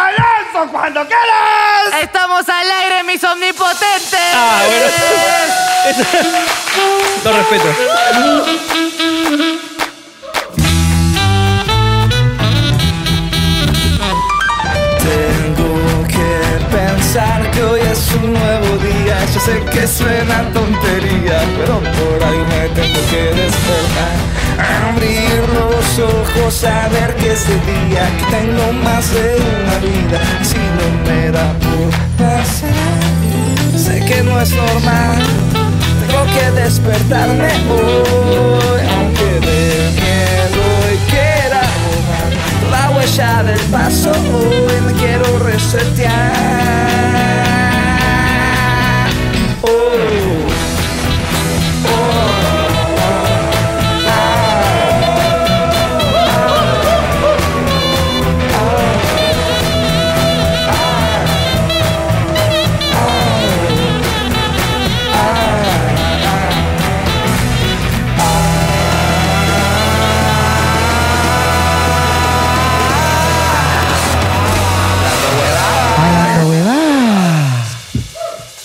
tiempo cuando quieras. Estamos al aire, mis omnipotentes. Ah, bueno. No respeto. Tengo que pensar que hoy es un nuevo día. Yo sé que suena tontería, pero por ahí me tengo que despertar. Abrir los ojos, saber que ese día que tengo más de una vida. y Si no me da por pasar, sé que no es normal. Tengo que despertarme hoy, aunque de miedo y quiera borrar la huella del paso hoy me quiero resetear. Oh, oh,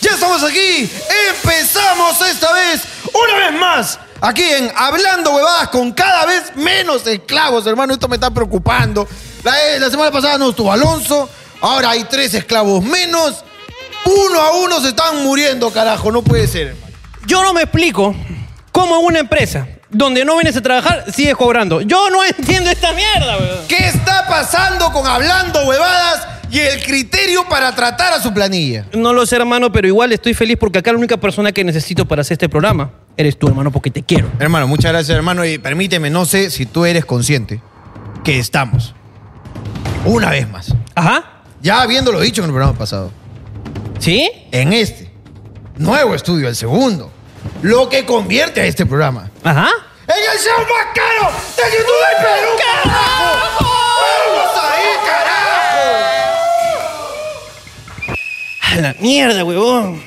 Ya estamos aquí. Empezamos esta vez, una vez más. Aquí en Hablando Huevadas con cada vez menos esclavos, hermano. Esto me está preocupando. La, la semana pasada no estuvo Alonso. Ahora hay tres esclavos menos. Uno a uno se están muriendo, carajo. No puede ser, hermano. Yo no me explico cómo una empresa donde no vienes a trabajar sigues cobrando. Yo no entiendo esta mierda, weón. ¿Qué está pasando con Hablando Huevadas y el criterio para tratar a su planilla? No lo sé, hermano, pero igual estoy feliz porque acá la única persona que necesito para hacer este programa eres tú, hermano, porque te quiero. Hermano, muchas gracias, hermano. Y permíteme, no sé si tú eres consciente que estamos. Una vez más. Ajá. Ya habiéndolo dicho en el programa pasado. ¿Sí? En este. Nuevo estudio, el segundo. Lo que convierte a este programa Ajá. en el show más caro de YouTube del Perú. ¡Carajo! ¡Vamos ahí, carajo! A la mierda, huevón.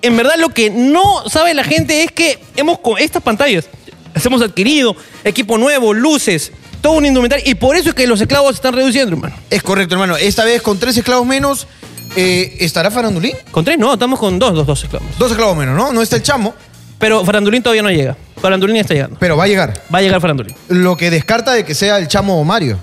En verdad lo que no sabe la gente es que hemos con estas pantallas las hemos adquirido, equipo nuevo, luces, todo un indumentario y por eso es que los esclavos se están reduciendo, hermano. Es correcto, hermano. Esta vez con tres esclavos menos, eh, ¿estará Farandulín? Con tres no, estamos con dos, dos, dos esclavos. Dos esclavos menos, ¿no? No está el chamo, Pero Farandulín todavía no llega. Farandulín ya está llegando. pero va a llegar. Va a llegar Farandulín. Lo que descarta de que sea el chamo o Mario.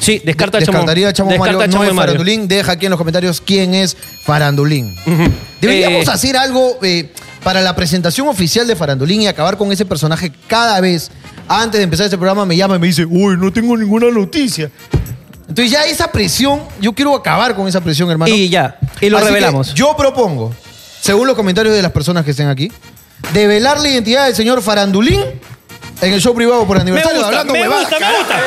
Sí, descarta a Chamo. Descartaría a Chamo descarta Mario, a no Chamo es y Mario. Farandulín. Deja aquí en los comentarios quién es Farandulín. Ujú. Deberíamos Eh, hacer algo eh, para la presentación oficial de Farandulín y acabar con ese personaje cada vez. Antes de empezar este programa me llama y me dice, uy, no tengo ninguna noticia. Entonces ya esa presión, yo quiero acabar con esa presión, hermano. Y ya, y lo Así que revelamos. yo propongo, según los comentarios de las personas que estén aquí, develar la identidad del señor Farandulín en el show privado por me aniversario de gusta, hablando me Huevadas, gusta, me carajo. gusta.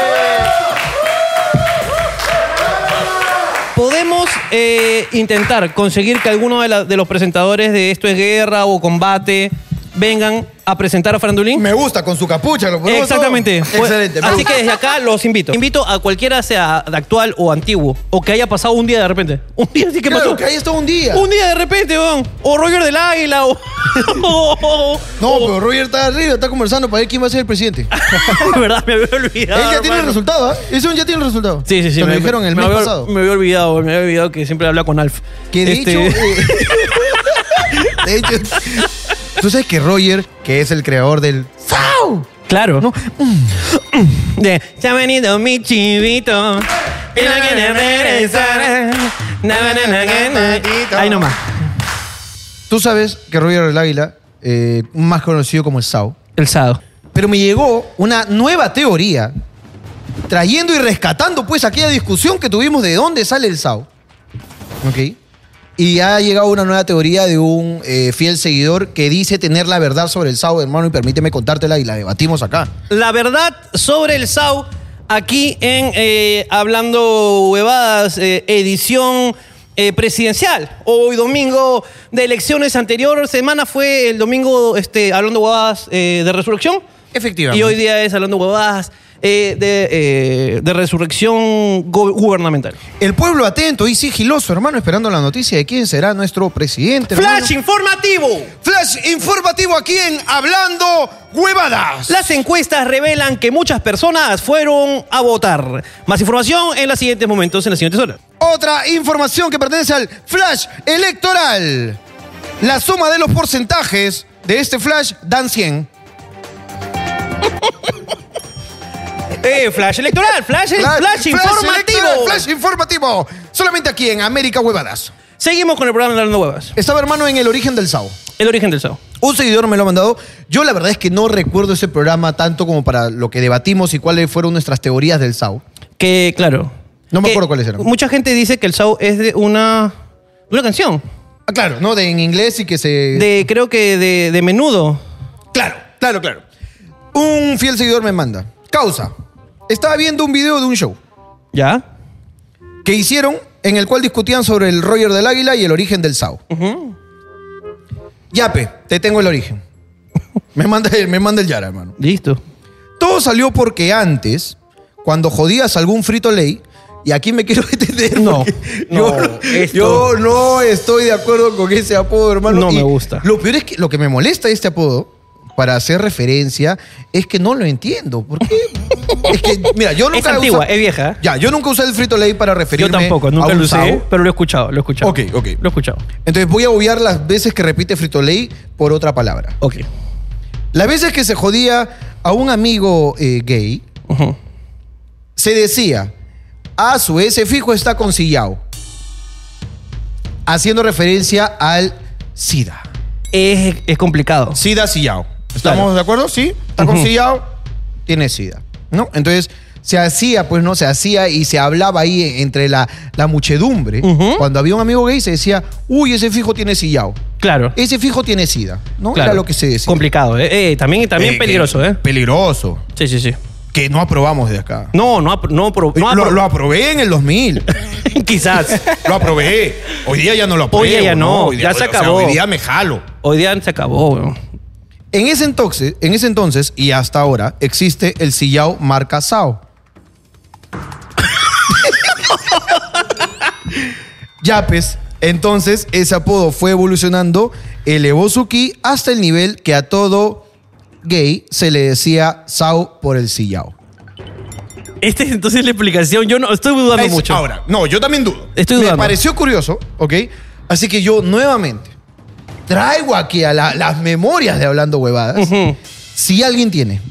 Podemos eh, intentar conseguir que alguno de, la- de los presentadores de Esto es Guerra o Combate vengan a presentar a Farandulín. Me gusta, con su capucha. Lo ponemos todo. Exactamente. Excelente. me Así gusta. que desde acá los invito. Invito a cualquiera sea actual o antiguo o que haya pasado un día de repente. Un día sí que Claro, pasó. que ahí está un día. Un día de repente, weón. O Roger del Águila, o. o- No, pero Roger está arriba, está conversando para ver quién va a ser el presidente. de verdad, me había olvidado. Él ya tiene el hermano. resultado, ¿eh? Ese un ya tiene el resultado. Sí, sí, sí. Te lo me- dijeron el me mes había- pasado. Me había olvidado, me había olvidado que siempre habla con Alf. Que de Este, hecho. eh, de hecho. Tú sabes que Roger, que es el creador del. ¡Sau! Claro. Mm. No. De, se ha venido mi chivito. Y no quiere regresar. Na, na, na, na, na. Ahí nomás. Tú sabes que Roger del Águila, eh, más conocido como el Sau. El sábado. Pero me llegó una nueva teoría, trayendo y rescatando pues aquella discusión que tuvimos de dónde sale el SAO. ¿Ok? Y ha llegado una nueva teoría de un eh, fiel seguidor que dice tener la verdad sobre el SAO, hermano, y permíteme contártela y la debatimos acá. La verdad sobre el SAU aquí en eh, Hablando Huevadas, eh, edición eh, presidencial. Hoy domingo de elecciones anterior semana fue el domingo este, Hablando Huevadas eh, de Resurrección. Efectivamente. Y hoy día es Hablando Huevadas eh, de, eh, de resurrección go- gubernamental. El pueblo atento y sigiloso, hermano, esperando la noticia de quién será nuestro presidente. hermano. ¡Flash informativo! Flash informativo aquí en Hablando Huevadas. Las encuestas revelan que muchas personas fueron a votar. Más información en los siguientes momentos, en las siguientes horas. Otra información que pertenece al flash electoral. La suma de los porcentajes de este flash dan 100. Eh, flash electoral, flash, flash, informativo. electoral, Flash informativo. Solamente aquí en América Huevadas. Seguimos con el programa de Hablando Huevas. Estaba hermano en El Origen del Sao. El origen del sao. Un seguidor me lo ha mandado. Yo la verdad es que no recuerdo ese programa tanto como para lo que debatimos y cuáles fueron nuestras teorías del Sao. Que, claro. No me que acuerdo cuáles eran. Mucha gente dice que el sao es de una, de una canción. Ah, claro, ¿no? De en inglés y que se... De, creo que de, de menudo. Claro, claro, claro. Un fiel seguidor me manda. Causa. Estaba viendo un video de un show ¿Ya? que hicieron en el cual discutían sobre el Roger del Águila y el origen del Sao. Yape, te tengo el origen. Me manda, me manda el Yara, hermano. Listo. Todo salió porque antes, cuando jodías algún frito ley, y aquí me quiero detener. No, porque no, yo, esto- yo no estoy de acuerdo con ese apodo, hermano. No Y me gusta. Lo peor es que lo que me molesta de este apodo, para hacer referencia, es que no lo entiendo. ¿Por qué? es que, mira, yo nunca. Es antigua, usa- es vieja. Ya, yo nunca usé el frito ley para Yo referirme. tampoco, nunca a un lo usé, sao. pero lo he escuchado, lo he escuchado. Ok, ok. Lo he escuchado. Entonces voy a obviar las veces que repite frito ley por otra palabra. Ok. Las veces que se jodía a un amigo eh, gay, Ujú. se decía, a su S fijo está con Sillao, haciendo referencia al SIDA. es, es complicado. SIDA Sillao. ¿Estamos de acuerdo? Sí. Está con Ujú. Sillao, tiene SIDA. ¿No? Entonces se hacía, pues no, se hacía y se hablaba ahí e- entre la, la muchedumbre. Ujú. Cuando había un amigo gay se decía, uy, ese fijo tiene Sillao. Claro. Ese fijo tiene SIDA. ¿No? claro. Era lo que se decía. Complicado, eh. Eh, también también Eh, peligroso, que- eh. Peligroso. Sí, sí, sí. Que no aprobamos de acá. No, no, apro- no, apro- no lo, apro- lo aprobé en el 2000. Quizás. Lo aprobé. Hoy día ya no lo apruebo. Hoy día ya no, Hoy día- ya se o sea, acabó. hoy día me jalo. Hoy día se acabó, weón. En ese entonces, en ese entonces y hasta ahora existe el sillao marca Sao. Yapes. pues, Entonces, ese apodo fue evolucionando, elevó su ki hasta el nivel que a todo gay se le decía Sao por el sillao. Esta Este es entonces la explicación. Yo no estoy dudando Es- mucho. Ahora, no, yo también dudo. Estoy Me dudando. pareció curioso, ¿ok? Así que yo nuevamente traigo aquí a la- las memorias de Hablando Huevadas. Ujú. Si alguien tiene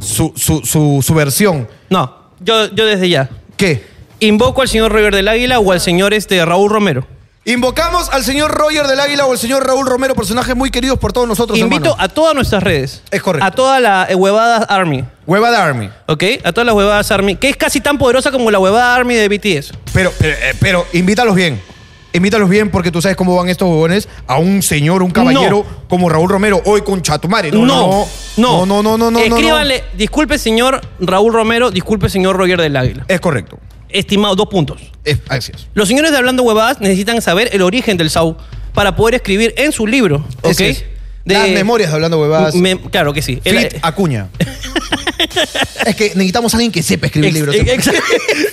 su, su- su- su versión, No, yo, yo desde ya. ¿qué? Invoco al señor River del Águila o al señor este Raúl Romero. Invocamos al señor Roger del Águila o al señor Raúl Romero, personajes muy queridos por todos nosotros. Invito hermano. a todas nuestras redes. Es correcto. A toda la eh, huevada Army. Huevada Army. ¿Ok? A todas las huevadas Army, que es casi tan poderosa como la huevada Army de BTS. Pero, pero, eh, pero invítalos bien. Invítalos bien porque tú sabes cómo van estos huevones a un señor, un caballero como Raúl Romero hoy con Chatumare. No, no, no, no, no, no, no. no. Escríbanle, disculpe señor Raúl Romero, disculpe señor Roger del Águila. Es correcto. Estimado, dos puntos. Es, así es. Los señores de Hablando Huevadas necesitan saber el origen del SAU para poder escribir en su libro, ¿ok? Ese es. Las memorias de Hablando Huevadas. Me- claro que sí. El- Fit Acuña. es que necesitamos a alguien que sepa escribir Ex- libros. ex-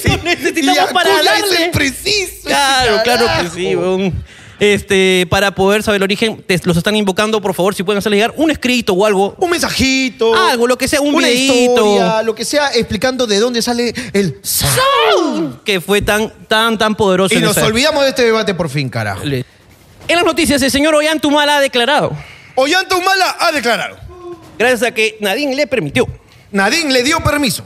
Sí, Y necesitamos Acuña para es el darle. preciso. Claro, claro que sí, carajo. weón. Este, para poder saber el origen, te- los están invocando, por favor, si pueden hacerles llegar un escrito o algo. Un mensajito. Algo, lo que sea, Ah, un Oh, una videíto. historia, lo que sea, explicando de dónde sale el sa- que fue tan, tan, tan poderoso. Y en nos esa- olvidamos de este debate por fin, carajo. En las noticias, el señor Ollantumala ha declarado, Ollanta Humala ha declarado. gracias a que Nadine le permitió Nadine le dio permiso.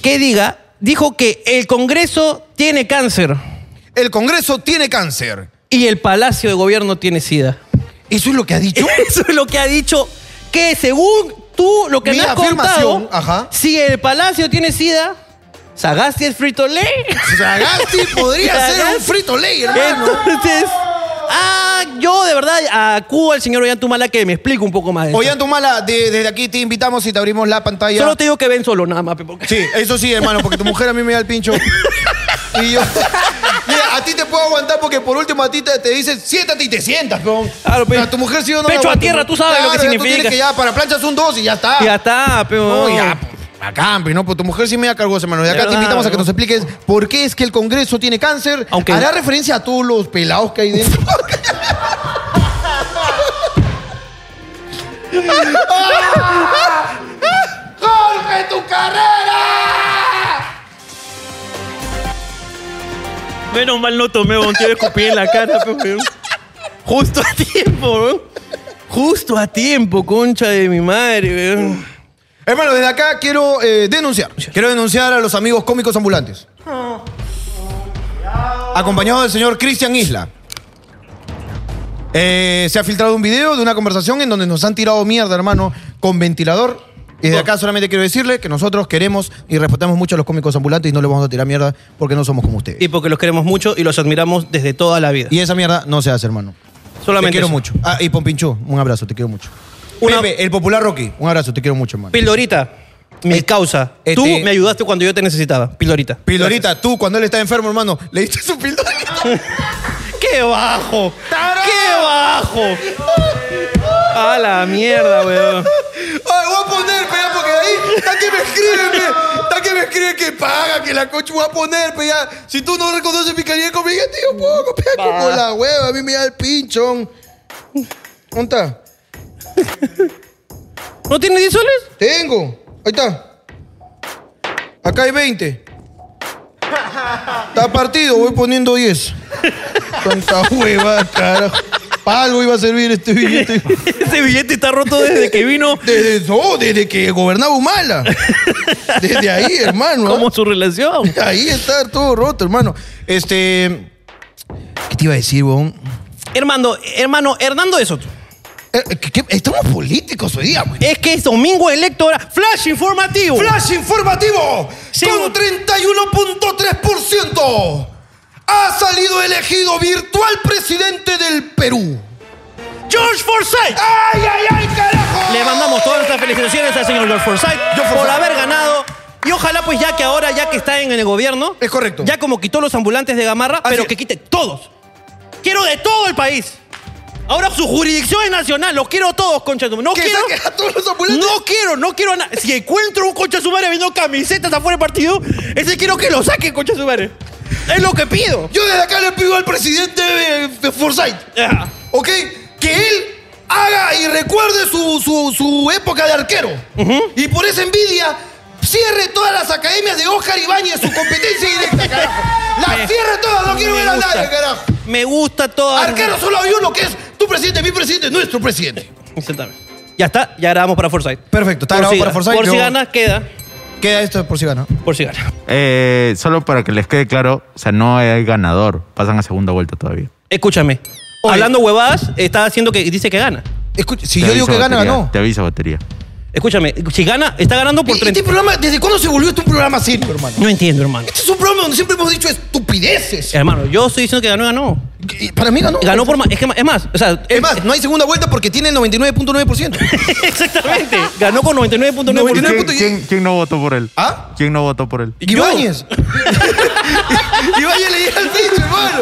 que diga, dijo que el Congreso tiene cáncer El Congreso tiene cáncer. y el Palacio de Gobierno tiene sida. Eso es lo que ha dicho. Eso es lo que ha dicho, que según tú, lo que Mi me has afirmación, contado, ajá. si el Palacio tiene sida, Sagasti es frito ley. Sagasti podría ser un frito ley, Eh, hermano. Entonces, ah, yo de verdad acudo al señor Ollantumala que me explique un poco más de esto. Ollantumala, de- desde aquí te invitamos y te abrimos la pantalla. Solo te digo que ven solo, nada más. pe, porque- Sí, eso sí, hermano, porque tu mujer a mí me da el pincho. Y yo. Mira, a ti te puedo aguantar porque por último a ti te, te dicen, siéntate y te sientas, peón. Claro, pe. Pero a tu mujer sí yo no la Pecho a aguanto, tierra, pe. tú sabes lo que Claro, ya Tú significa. tienes que ya para planchas un dos y ya está. Ya está, pero. No, ya. Bacán, ah, pues, ¿no? Pues tu mujer sí me da cargo de semana. Y acá te verdad, invitamos a que weón. nos expliques por qué es que el Congreso tiene cáncer. Aunque- Hará referencia a todos los pelados que hay dentro. ¡Jorge, tu carrera! Menos mal no tomé, weón. Te iba a escupir en la cara, pe, weón. Justo a tiempo, weón. Justo a tiempo, concha de mi madre, weón. Hermano, desde acá quiero eh, denunciar. Quiero denunciar a los amigos cómicos ambulantes. Acompañado del señor Cristian Isla. Eh, se ha filtrado un video de una conversación en donde nos han tirado mierda, hermano, con ventilador. Oh. Y desde acá solamente quiero decirle que nosotros queremos y respetamos mucho a los cómicos ambulantes y no le vamos a tirar mierda porque no somos como ustedes. Y porque los queremos mucho y los admiramos desde toda la vida. Y esa mierda no se hace, hermano. Solamente Te quiero eso. mucho. Ah, y Pompinchú, un abrazo, te quiero mucho. Una- Pepe, el popular Rocky, un abrazo, te quiero mucho, hermano. Pildorita, mi causa. este- Tú me ayudaste cuando yo te necesitaba. Pildorita. Pildorita, tú cuando él está enfermo, hermano, le diste su pildorita. ¡Qué bajo! ¡Qué bajo! ¡A la mierda, weón! Ay, voy a poner, pe, ya, porque de ahí está que me escriben, pe. Está que me escriben que paga, que la coche voy a poner, pe, ya. Si tú no reconoces mi calidad conmigo, tío, poco, pe, como la hueva, a mí me da el pinchón. ¿Dónde está? ¿No tienes 10 soles? Tengo. Ahí está. Acá hay 20. Está partido, voy poniendo 10. Tanta hueva, carajo. Para algo iba a servir este billete. Ese billete está roto desde que vino Desde, no, desde que gobernaba Humala. Desde ahí, hermano. ¿ah? como su relación. Ahí está todo roto, hermano. Este. ¿Qué te iba a decir, weón? Hermano, hermano, Hernando de Soto. Eh, ¿qué- qué? Estamos políticos hoy día, weón. Es que es domingo electoral. ¡Flash informativo! ¡Flash informativo! Sí, con weón. 31.3%. Ha salido elegido virtual presidente del Perú. ¡George Forsyth! ¡Ay, ay, ay, carajo! Le mandamos todas nuestras felicitaciones al señor George Forsyth por haber ganado. Y ojalá pues ya que ahora, ya que está en el gobierno... Es correcto. Ya como quitó los ambulantes de Gamarra, pero es. que quite todos. Quiero de todo el país. Ahora su jurisdicción es nacional. Los quiero todos, concha de su- No Que quiero... saque a todos los ambulantes. No quiero, no quiero a na- Si encuentro un concha de su madre vendiendo camisetas afuera del partido, ese quiero que lo saque, concha de su madre. Es lo que pido. Yo desde acá le pido al presidente eh, de Forsyth. Ah. ¿ok? Que él haga y recuerde su, su- su época de arquero. Y por esa envidia, cierre todas las academias de Oscar Ibáñez, su competencia directa, carajo. Me- Las cierre todas, no quiero me ver a nadie, gusta. carajo. Me gusta todo. Arquero solo hay uno que es tu presidente, mi presidente, nuestro presidente. Exactamente. Ya está, ya grabamos para Forsyth. Perfecto, está Por grabado si para gana- Forsyth, Por si yo- gana, queda. Queda esto por si gana. Por si gana. Eh, solo para que les quede claro, o sea, no hay ganador. Pasan a segunda vuelta todavía. Escúchame. Oye. Hablando huevadas, está haciendo que dice que gana. Escucha, si Te yo digo aviso que gana, batería, ganó. Te aviso batería. Escúchame, si gana, está ganando por ¿Y Este 30. programa, ¿desde cuándo se volvió este un programa serio, hermano? No entiendo, hermano. Este es un programa donde siempre hemos dicho estupideces. Hermano, yo estoy diciendo que ganó, ganó. Y Para mí ganó. Ganó por más. Es, que, es más, o sea, Es más, no hay segunda vuelta porque tiene el 99.9%. exactamente. Ganó con 99.9%. ¿Y 99. quién, punto y- quién- quién no votó por él? ¿Ah? ¿Quién no votó por él? Ibáñez. Ibáñez le llega al pincho, hermano.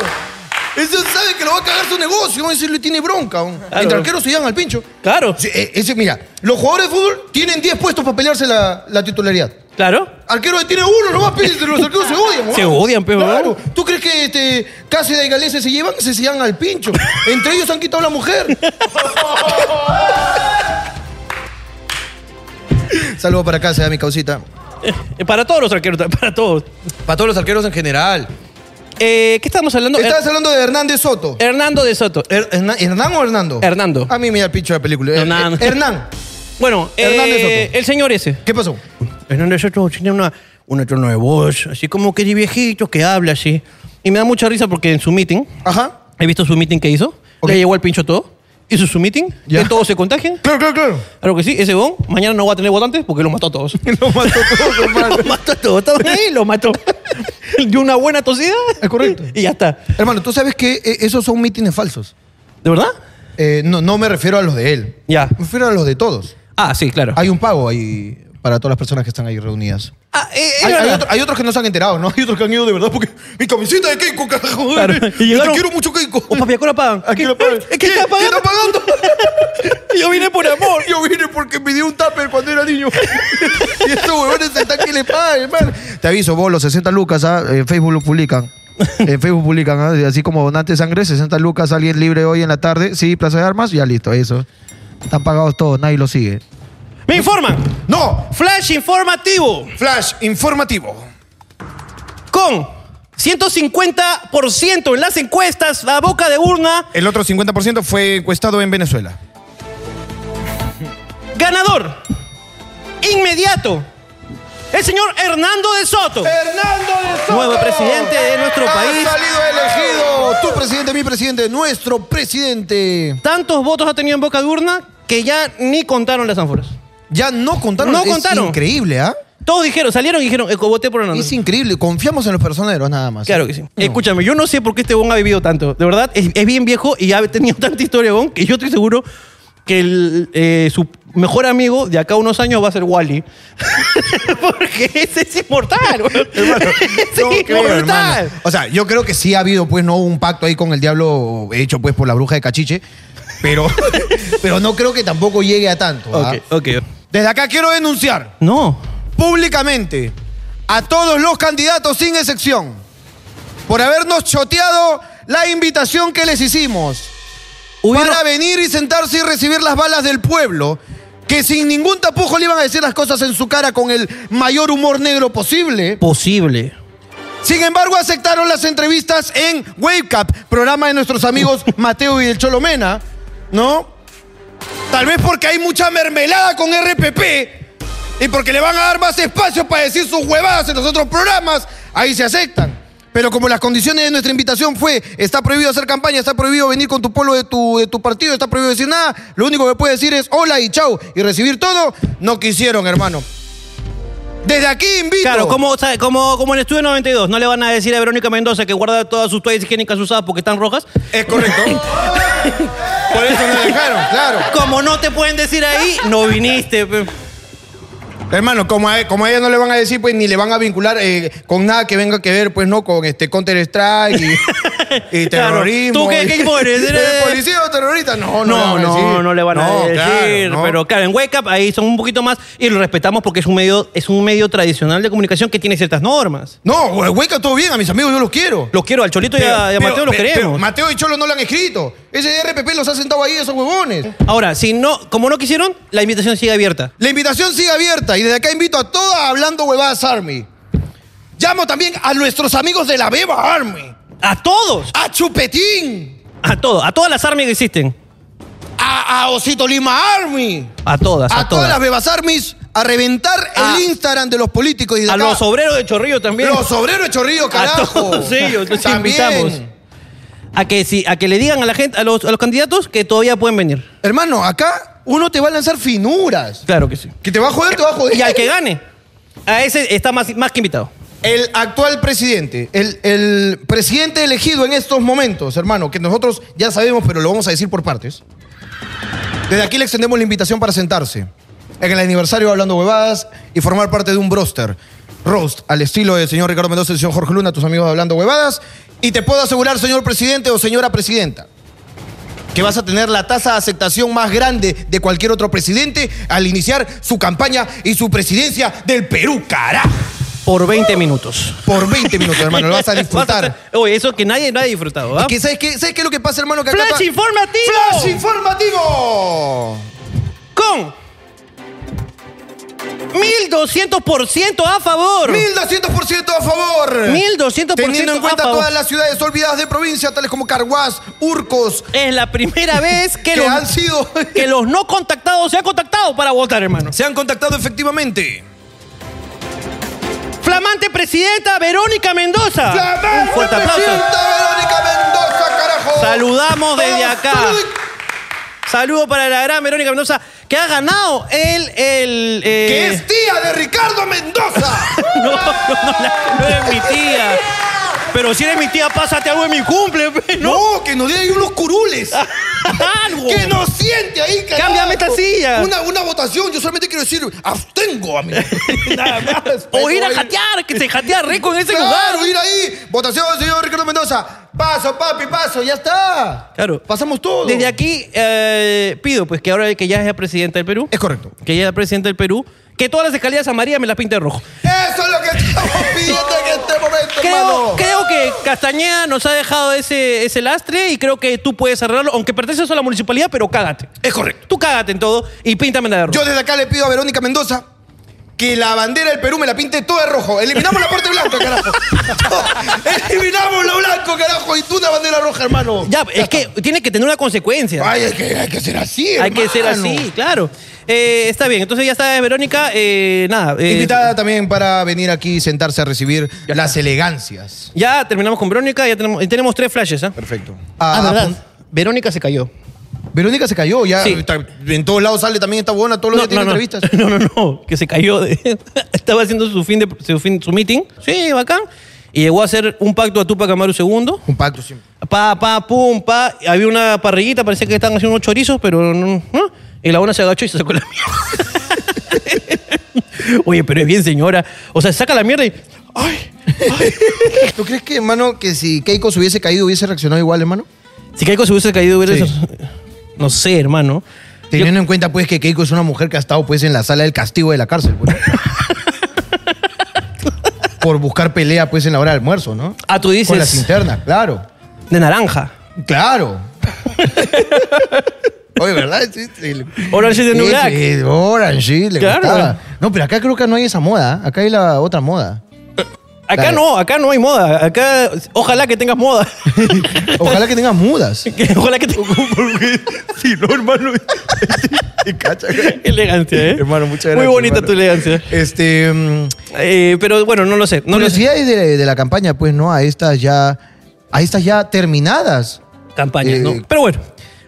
Ese sabe que lo va a cagar su negocio. ¿no? Ese le tiene bronca. ¿no? Claro. Entre arqueros se llevan al pincho. Claro, Sí, e- ese, mira, los jugadores de fútbol tienen 10 puestos para pelearse la, la titularidad. claro. Arquero tiene uno, nomás pide, los arqueros se odian. ¿no? Se odian, pe, Claro. ¿verdad? ¿Tú crees que este, Cáceres y Galese se llevan? Se, se llevan al pincho. Entre ellos han quitado a la mujer. Saludos para Cáceres, mi causita. Eh, Para todos los arqueros, para todos. Para todos los arqueros en general. Eh, ¿Qué estamos hablando? Estabas Her- hablando de Hernández Soto. Hernando de Soto. Her- Hernán, Er, ¿Hernán o Hernando? Hernando. A mí me da el pincho de la película. Eh, Hernán. eh, Hernán, Bueno, Hernando de eh, Soto. el señor ese. ¿qué pasó? Hernando de Soto tiene una, un tono de voz, así como que de viejito, que habla así. Y me da mucha risa porque en su meeting, Ajá. he visto su meeting que hizo, Ok. le llegó al pincho todo, hizo su meeting, Ya. que todos se contagian. Claro, claro, claro. Claro que sí, ese bon, mañana no va a tener votantes porque lo mató a todos. lo mató a todos, hermano. lo mató a todos, estaban ahí, lo mató. Dio una buena tosida. Es correcto. Y ya está. Hermano, tú sabes que eh, esos son mítines falsos. ¿De verdad? Eh, no, no me refiero a los de él. Ya. Me refiero a los de todos. Ah, sí, claro. Hay un pago ahí para todas las personas que están ahí reunidas. Ah, eh, es Hay, hay verdad. otro- hay otros que no se han enterado, ¿no? Hay otros que han ido de verdad porque mi camiseta de Keiko, carajo. Claro. Y Y llegaron- Te quiero mucho, Keiko. Oh, papi, ¿a qué hora pagan? Aquí lo pagan. ¿Qué, qué está ¿Qué pagando? está pagando? Yo vine por amor. Yo vine porque pedí un tupper cuando era niño. y estos huevones están que le pagan, hermano. Te aviso, vos, los 60 lucas, ¿ah? en Facebook lo publican. En Facebook publican, ¿ah? así como donante de sangre, 60 lucas, alguien libre hoy en la tarde. Sí, Plaza de Armas, ya listo, eso. Están pagados todos, nadie lo sigue. Me informan. ¡No! Flash informativo Flash informativo. con 150% en las encuestas a boca de urna. El otro 50% fue encuestado en Venezuela. Ganador. Inmediato. El señor Hernando de Soto. Fernando de Soto. Nuevo presidente de nuestro Ha país. salido elegido. Tu presidente, mi presidente, nuestro presidente. Tantos votos ha tenido en boca de urna que ya ni contaron las ánforas. Ya no contaron. No Es contaron. increíble, ¿ah? Todos dijeron, salieron y dijeron, eco, voté por Hernando. Es increíble. Confiamos en los personeros, nada más. Claro que sí. No. Escúchame, yo no sé por qué este bon ha vivido tanto. De verdad, es, es bien viejo y ha tenido tanta historia, bon, que yo estoy seguro que el, eh, su mejor amigo de acá a unos años va a ser Wally. Porque ese es inmortal, weón. Ese No es creo, inmortal. hermano. O sea, yo creo que sí ha habido, pues, no un pacto ahí con el diablo hecho, pues, por la bruja de Cachiche. Pero, pero no creo que tampoco llegue a tanto. ¿ah? Ok, ok. Desde acá quiero denunciar No. públicamente a todos los candidatos sin excepción por habernos choteado la invitación que les hicimos Hubieron- para venir y sentarse y recibir las balas del pueblo que sin ningún tapujo le iban a decir las cosas en su cara con el mayor humor negro posible. Posible. Sin embargo, aceptaron las entrevistas en WaveCap, programa de nuestros amigos Mateo y el Cholomena, ¿no? Tal vez porque hay mucha mermelada con RPP y porque le van a dar más espacio para decir sus huevadas en los otros programas, ahí se aceptan. Pero como las condiciones de nuestra invitación fue, está prohibido hacer campaña, está prohibido venir con tu pueblo de tu, de tu partido, está prohibido decir nada, lo único que puedes decir es hola y chau y recibir todo, no quisieron, hermano. Desde aquí invito. Claro, como, sabe, como, como en el estudio 92, no le van a decir a Verónica Mendoza que guarda todas sus toallas higiénicas usadas porque están rojas. Es correcto. Por eso no dejaron, claro. Como no te pueden decir ahí, no viniste. pe. Hermano, como a, como a ella no le van a decir, pues ni le van a vincular eh, con nada que venga que ver, pues no, con este Counter Strike y, y Claro. terrorismo. ¿Tú qué- qué y- eres? ¿Eres- policía o terrorista? No, No, no, no, no le van a decir. claro, no. Pero claro, en Wake Up ahí son un poquito más y lo respetamos porque es un medio, es un medio tradicional de comunicación que tiene ciertas normas. No, güey, hueca, todo bien, a mis amigos yo los quiero. Los quiero, al Cholito y a, y a Pero- Mateo los pero- pero queremos. Mateo y Cholo no lo han escrito. Ese RPP los ha sentado ahí, esos huevones. Ahora, si no, como no quisieron, la invitación sigue abierta. La invitación sigue abierta y desde acá invito a toda Hablando Huevadas Army. Llamo también a nuestros amigos de la Beba Army. A todos, a Chupetín, a todos, a todas las armas que existen. a, a Osito Lima Army, A todas, a, a, todas las Bebas Armies, a reventar A- el Instagram de los políticos y de A acá. los obreros de Chorrillo también. Los obreros de Chorrillo, carajo. A todos ellos, los También. invitamos. A que, sí, a que le digan a la gente, a los, a los candidatos que todavía pueden venir. Hermano, acá uno te va a lanzar finuras. Claro que sí. Que te va a joder, te va a joder. Y al que gane, a ese está más, más que invitado. El actual presidente, el, el presidente elegido en estos momentos, hermano, que nosotros ya sabemos, pero lo vamos a decir por partes. Desde aquí le extendemos la invitación para sentarse en el aniversario de Hablando Huevadas y formar parte de un broster. Roast, al estilo del señor Ricardo Mendoza y el señor Jorge Luna, tus amigos de Hablando Huevadas. Y te puedo asegurar, señor presidente o señora presidenta, que vas a tener la tasa de aceptación más grande de cualquier otro presidente al iniciar su campaña y su presidencia del Perú, carajo Por 20 minutos. por 20 minutos, hermano. Lo vas a Vas disfrutar. a- Oye, eso que nadie, nadie ha disfrutado, ¿ah? Es que, ¿sabes, qué, ¿Sabes qué es lo que pasa, hermano? Que acá ¡Flash pa- informativo! ¡Flash informativo! Con 1200% a favor. 1200% a favor. 1200% Teniendo en a cuenta favor. todas las ciudades olvidadas de provincia, tales como Carhuaz, Urcos, Es la primera vez que, que, los, han sido. que los no contactados se han contactado para votar, hermano. se han contactado efectivamente. Flamante presidenta Verónica Mendoza. ¡Flamante Un fuerte aplauso. presidenta Verónica Mendoza, carajo! Saludamos desde Todos, acá. saluden. Saludo para la gran Verónica Mendoza que ha ganado el. el eh, ¡Que es tía de Ricardo Mendoza! No, no, no, la- no es mi tía. Pero si eres mi tía, pásate algo en mi cumple, pe, ¿no? No, que nos dé ahí unos curules. algo. que nos siente ahí, carajo. Cámbiame esta silla. Una, una votación, yo solamente quiero decir, abstengo a mí. Nada más. O ir a Ahí. jatear, que se jatea rico en ese lugar. Claro, ir ahí. Votación, señor Ricardo Mendoza. Paso, papi, paso, ya está. Claro. Pasamos todo. Desde aquí eh, pido, pues, que ahora que ya es la presidenta del Perú, Es correcto. que ella es la presidenta del Perú, que todas las escaleras amarillas me las pinte de rojo. Eso es lo que estamos pidiendo en este momento, hermano. Creo, creo que Castañeda nos ha dejado ese, ese lastre y creo que tú puedes arreglarlo, aunque perteneces a la municipalidad, pero cágate. Es correcto. Tú cágate en todo y píntame la de rojo. Yo desde acá le pido a Verónica Mendoza que la bandera del Perú me la pinte toda de rojo. Eliminamos la parte blanca, carajo. Eliminamos lo blanco, carajo. Y tú una bandera roja, hermano. ya, es que tiene que tener una consecuencia. Ay, es que hay que ser así, Hay que ser hermano. así, claro. Eh, está bien, entonces ya está Verónica. eh, nada. eh, Invitada también para venir aquí y sentarse a recibir las elegancias. Ya terminamos con Verónica, ya tenemos, tenemos tres flashes. ¿ah? Perfecto. Ah, Ah, verdad. Verónica se cayó. Verónica se cayó, ya Sí. está- en todos lados sale también esta buena, todos los días tiene no, entrevistas. no, no, no, que se cayó. de- estaba haciendo su fin de su, fin- su meeting. Sí, bacán. Y llegó a hacer un pacto a Tupac Amaru II. Un pacto siempre. Pa, pa, pum, pa. Había una parrillita, parecía que estaban haciendo unos chorizos, pero no. ¿no? Y la una se agachó y se sacó la mierda. Oye, pero es bien, señora. O sea, se saca la mierda y. ¡Ay! ¿Tú crees que, hermano, que si Keiko se hubiese caído hubiese reaccionado igual, hermano? Si Keiko se hubiese caído, hubiera. Sí. No sé, hermano. Teniendo en cuenta, pues, que Keiko es una mujer que ha estado, pues, en la sala del castigo de la cárcel, pues. Por buscar pelea, pues, en la hora de almuerzo, ¿no? Ah, tú dices. Con las internas, claro. De naranja. Claro. Oye, ¿verdad? Sí, sí. Orange is the New Sí, Black. sí, Orange, sí, le Claro. gustaba. No, pero acá creo que no hay esa moda. Acá hay la otra moda. Acá Claro. no, acá no hay moda. Acá, ojalá que tengas moda. Ojalá que tengas mudas. Que- ojalá que tengas. Sí, no, hermano. elegancia, ¿eh? Hermano, muchas gracias. Muy bonita hermano. tu elegancia. Este. mm, Eh, pero bueno, no lo sé. No lo sé. curiosidades de, de la campaña, pues, ¿no? A estas ya. A estas ya terminadas. campaña, Eh, ¿no? Pero bueno,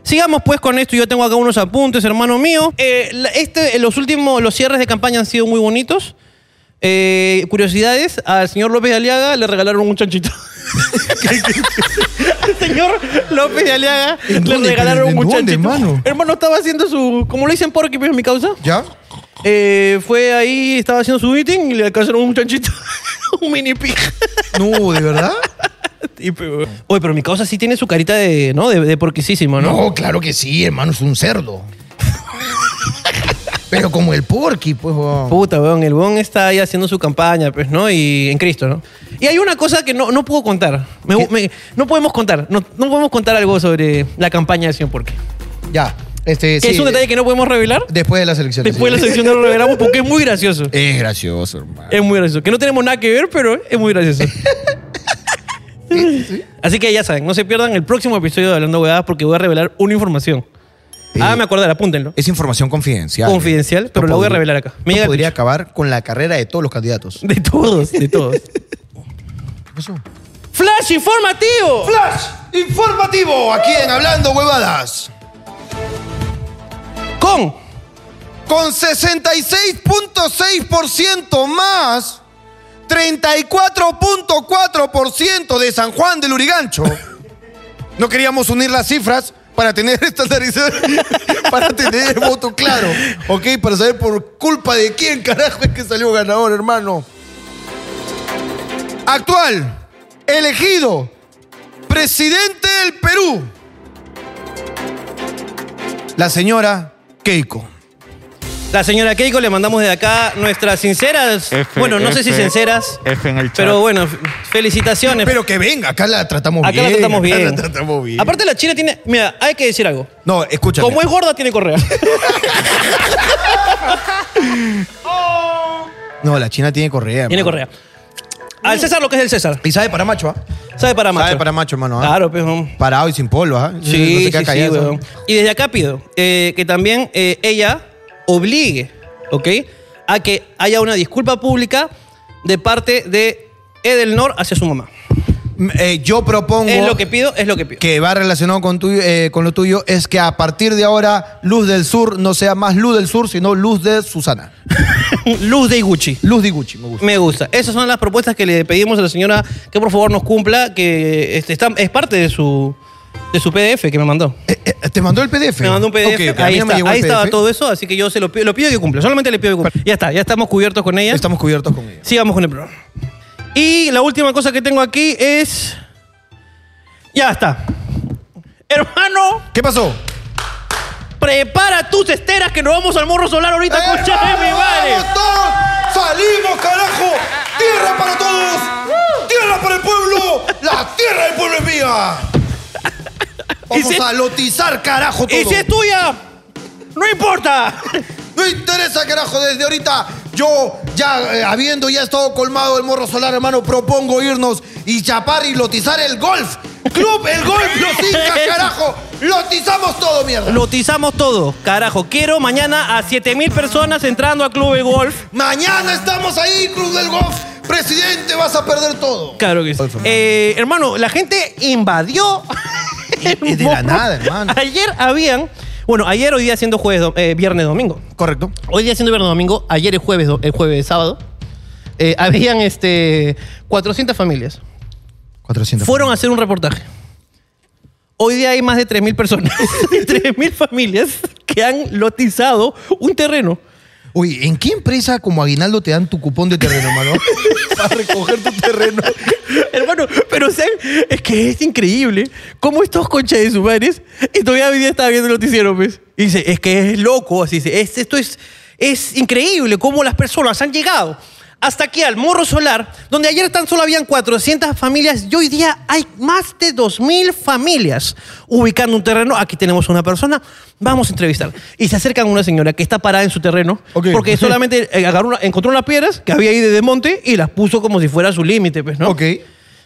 sigamos pues con esto. Yo tengo acá unos apuntes, hermano mío. Eh, la- este, eh, los últimos, los cierres de campaña han sido muy bonitos. Eh, curiosidades, al señor López de Aliaga le regalaron un chanchito. Al señor López de Aliaga le ¿En dónde, regalaron pero, un en dónde, chanchito. hermano? estaba haciendo su, como lo dicen por aquí, pues, en mi causa. ¿Ya? Eh, fue ahí, estaba haciendo su meeting y le alcanzaron un chanchito. un mini pig. No, ¿de verdad? Oye, pero mi causa sí tiene su carita de, ¿no? De, de porquisísimo, ¿no? No, claro que sí, hermano, es un cerdo. Pero como el porky, pues, weón. Puta, weón, el weón está ahí haciendo su campaña, pues, ¿no? Y en Cristo, ¿no? Y hay una cosa que no, no puedo contar. Me- me- no podemos contar. No, no podemos contar algo sobre la campaña del señor Porque. Ya. Este, Que sí, es un detalle que no podemos revelar. Después de las elecciones. Después de la sí. sección de lo revelamos porque es muy gracioso. Es gracioso, hermano. Es muy gracioso. Que no tenemos nada que ver, pero es muy gracioso. Así que ya saben, no se pierdan el próximo episodio de Hablando Huevadas porque voy a revelar una información. Ah, me acordar, apúntenlo. Es información confidencial. Confidencial, pero la voy a revelar acá. Me Me llega el podría pitch. acabar con la carrera de todos los candidatos. De todos, de todos. ¿Qué pasó? ¡Flash informativo! Flash informativo aquí en Hablando Huevadas. Con Con 66.6% más 34.4% de San Juan del Urigancho. No queríamos unir las cifras para tener estandarización, para tener el voto claro, ¿ok? Para saber por culpa de quién carajo es que salió ganador, hermano. Actual, elegido, presidente del Perú, la señora Keiko. La señora Keiko le mandamos de acá nuestras sinceras. F, bueno, no sé si F, sinceras. F en el chat. Pero bueno, f- felicitaciones. Pero que venga, acá la tratamos acá bien. la tratamos acá bien. la tratamos bien. Aparte, la China tiene. Mira, hay que decir algo. no, escúchame. Como es gorda, tiene correa. No, la China tiene correa. tiene hermano. correa. Al César lo que es el César. Y sabe para macho, ¿ah? Sabe para macho. Sabe para macho, hermano. ¿ah? Claro, pues. um. Parado y sin polvo, ¿ah? Sí, No se sí, queda sí, callado. weón. Y desde acá pido eh, que también eh, ella obligue, ¿ok? A que haya una disculpa pública de parte de Edelnor hacia su mamá. eh, yo propongo Es lo que pido, es lo que pido. que va relacionado con, tuyo- eh, con lo tuyo es que a partir de ahora Luz del Sur no sea más Luz del Sur, sino Luz de Susana. Luz de Iguchi. Luz de Gucci, me gusta. Me gusta. Esas son las propuestas que le pedimos a la señora que por favor nos cumpla, que este, está- es parte de su, de su PDF que me mandó. Eh, eh, ¿Te mandó el PDF? Me mandó un PDF. Ok, ok, a Ahí, mí no me está, llegó el ahí estaba PDF. todo eso, así que yo se lo pido, lo pido que cumpla. Solamente le pido que cumpla. Ya está, ya estamos cubiertos con ella. Estamos cubiertos con ello. Sigamos con el programa. Y la última cosa que tengo aquí es. Ya está. Hermano, ¿Qué pasó? prepara tus esteras que nos vamos al morro solar ahorita con ¡Hermano, Chami, vale. Eh, vamos todos! ¡Salimos, carajo! ¡Tierra para todos! ¡Tierra para el pueblo! ¡La tierra del pueblo es mía! Vamos si- a lotizar, carajo, todo. Y si es tuya, no importa. No interesa, carajo, desde ahorita. Yo, ya eh, habiendo ya estado colmado el morro solar, hermano, propongo irnos y chapar y lotizar el golf. Club, el golf, los incas, carajo. Lotizamos todo, mierda. Lotizamos todo, carajo. Quiero mañana a 7000 personas entrando al club de golf. Mañana estamos ahí, Club del Golf. Presidente, vas a perder todo. Claro que sí. Eh, hermano, la gente invadió. y de la nada, hermano. Ayer habían. Bueno, ayer, hoy día siendo jueves, do- eh, viernes, domingo. Correcto. Hoy día siendo viernes, domingo. Ayer es jueves, do- el jueves, sábado. eh, habían este, 400 familias. 400. Fueron a hacer un reportaje. Hoy día hay más de 3.000 personas, 3.000 familias que han lotizado un terreno. Oye, ¿en qué empresa como Aguinaldo te dan tu cupón de terreno, hermano? Para recoger tu terreno. Hermano, pero o sea, es que es increíble cómo estos conchas de sus madres, y todavía hoy día estaba viendo el noticiero, pues, y dice, es que es loco, así dice, es- esto es, es increíble cómo las personas han llegado hasta aquí al Morro Solar, donde ayer tan solo habían 400 familias y hoy día hay más de 2.000 familias ubicando un terreno. Aquí tenemos una persona, vamos a entrevistar. Y se acercan a una señora que está parada en su terreno, Ok. porque solamente eh, agarró una- encontró unas piedras que había ahí de desmonte y las puso como si fuera su límite, pues, ¿no? Ok.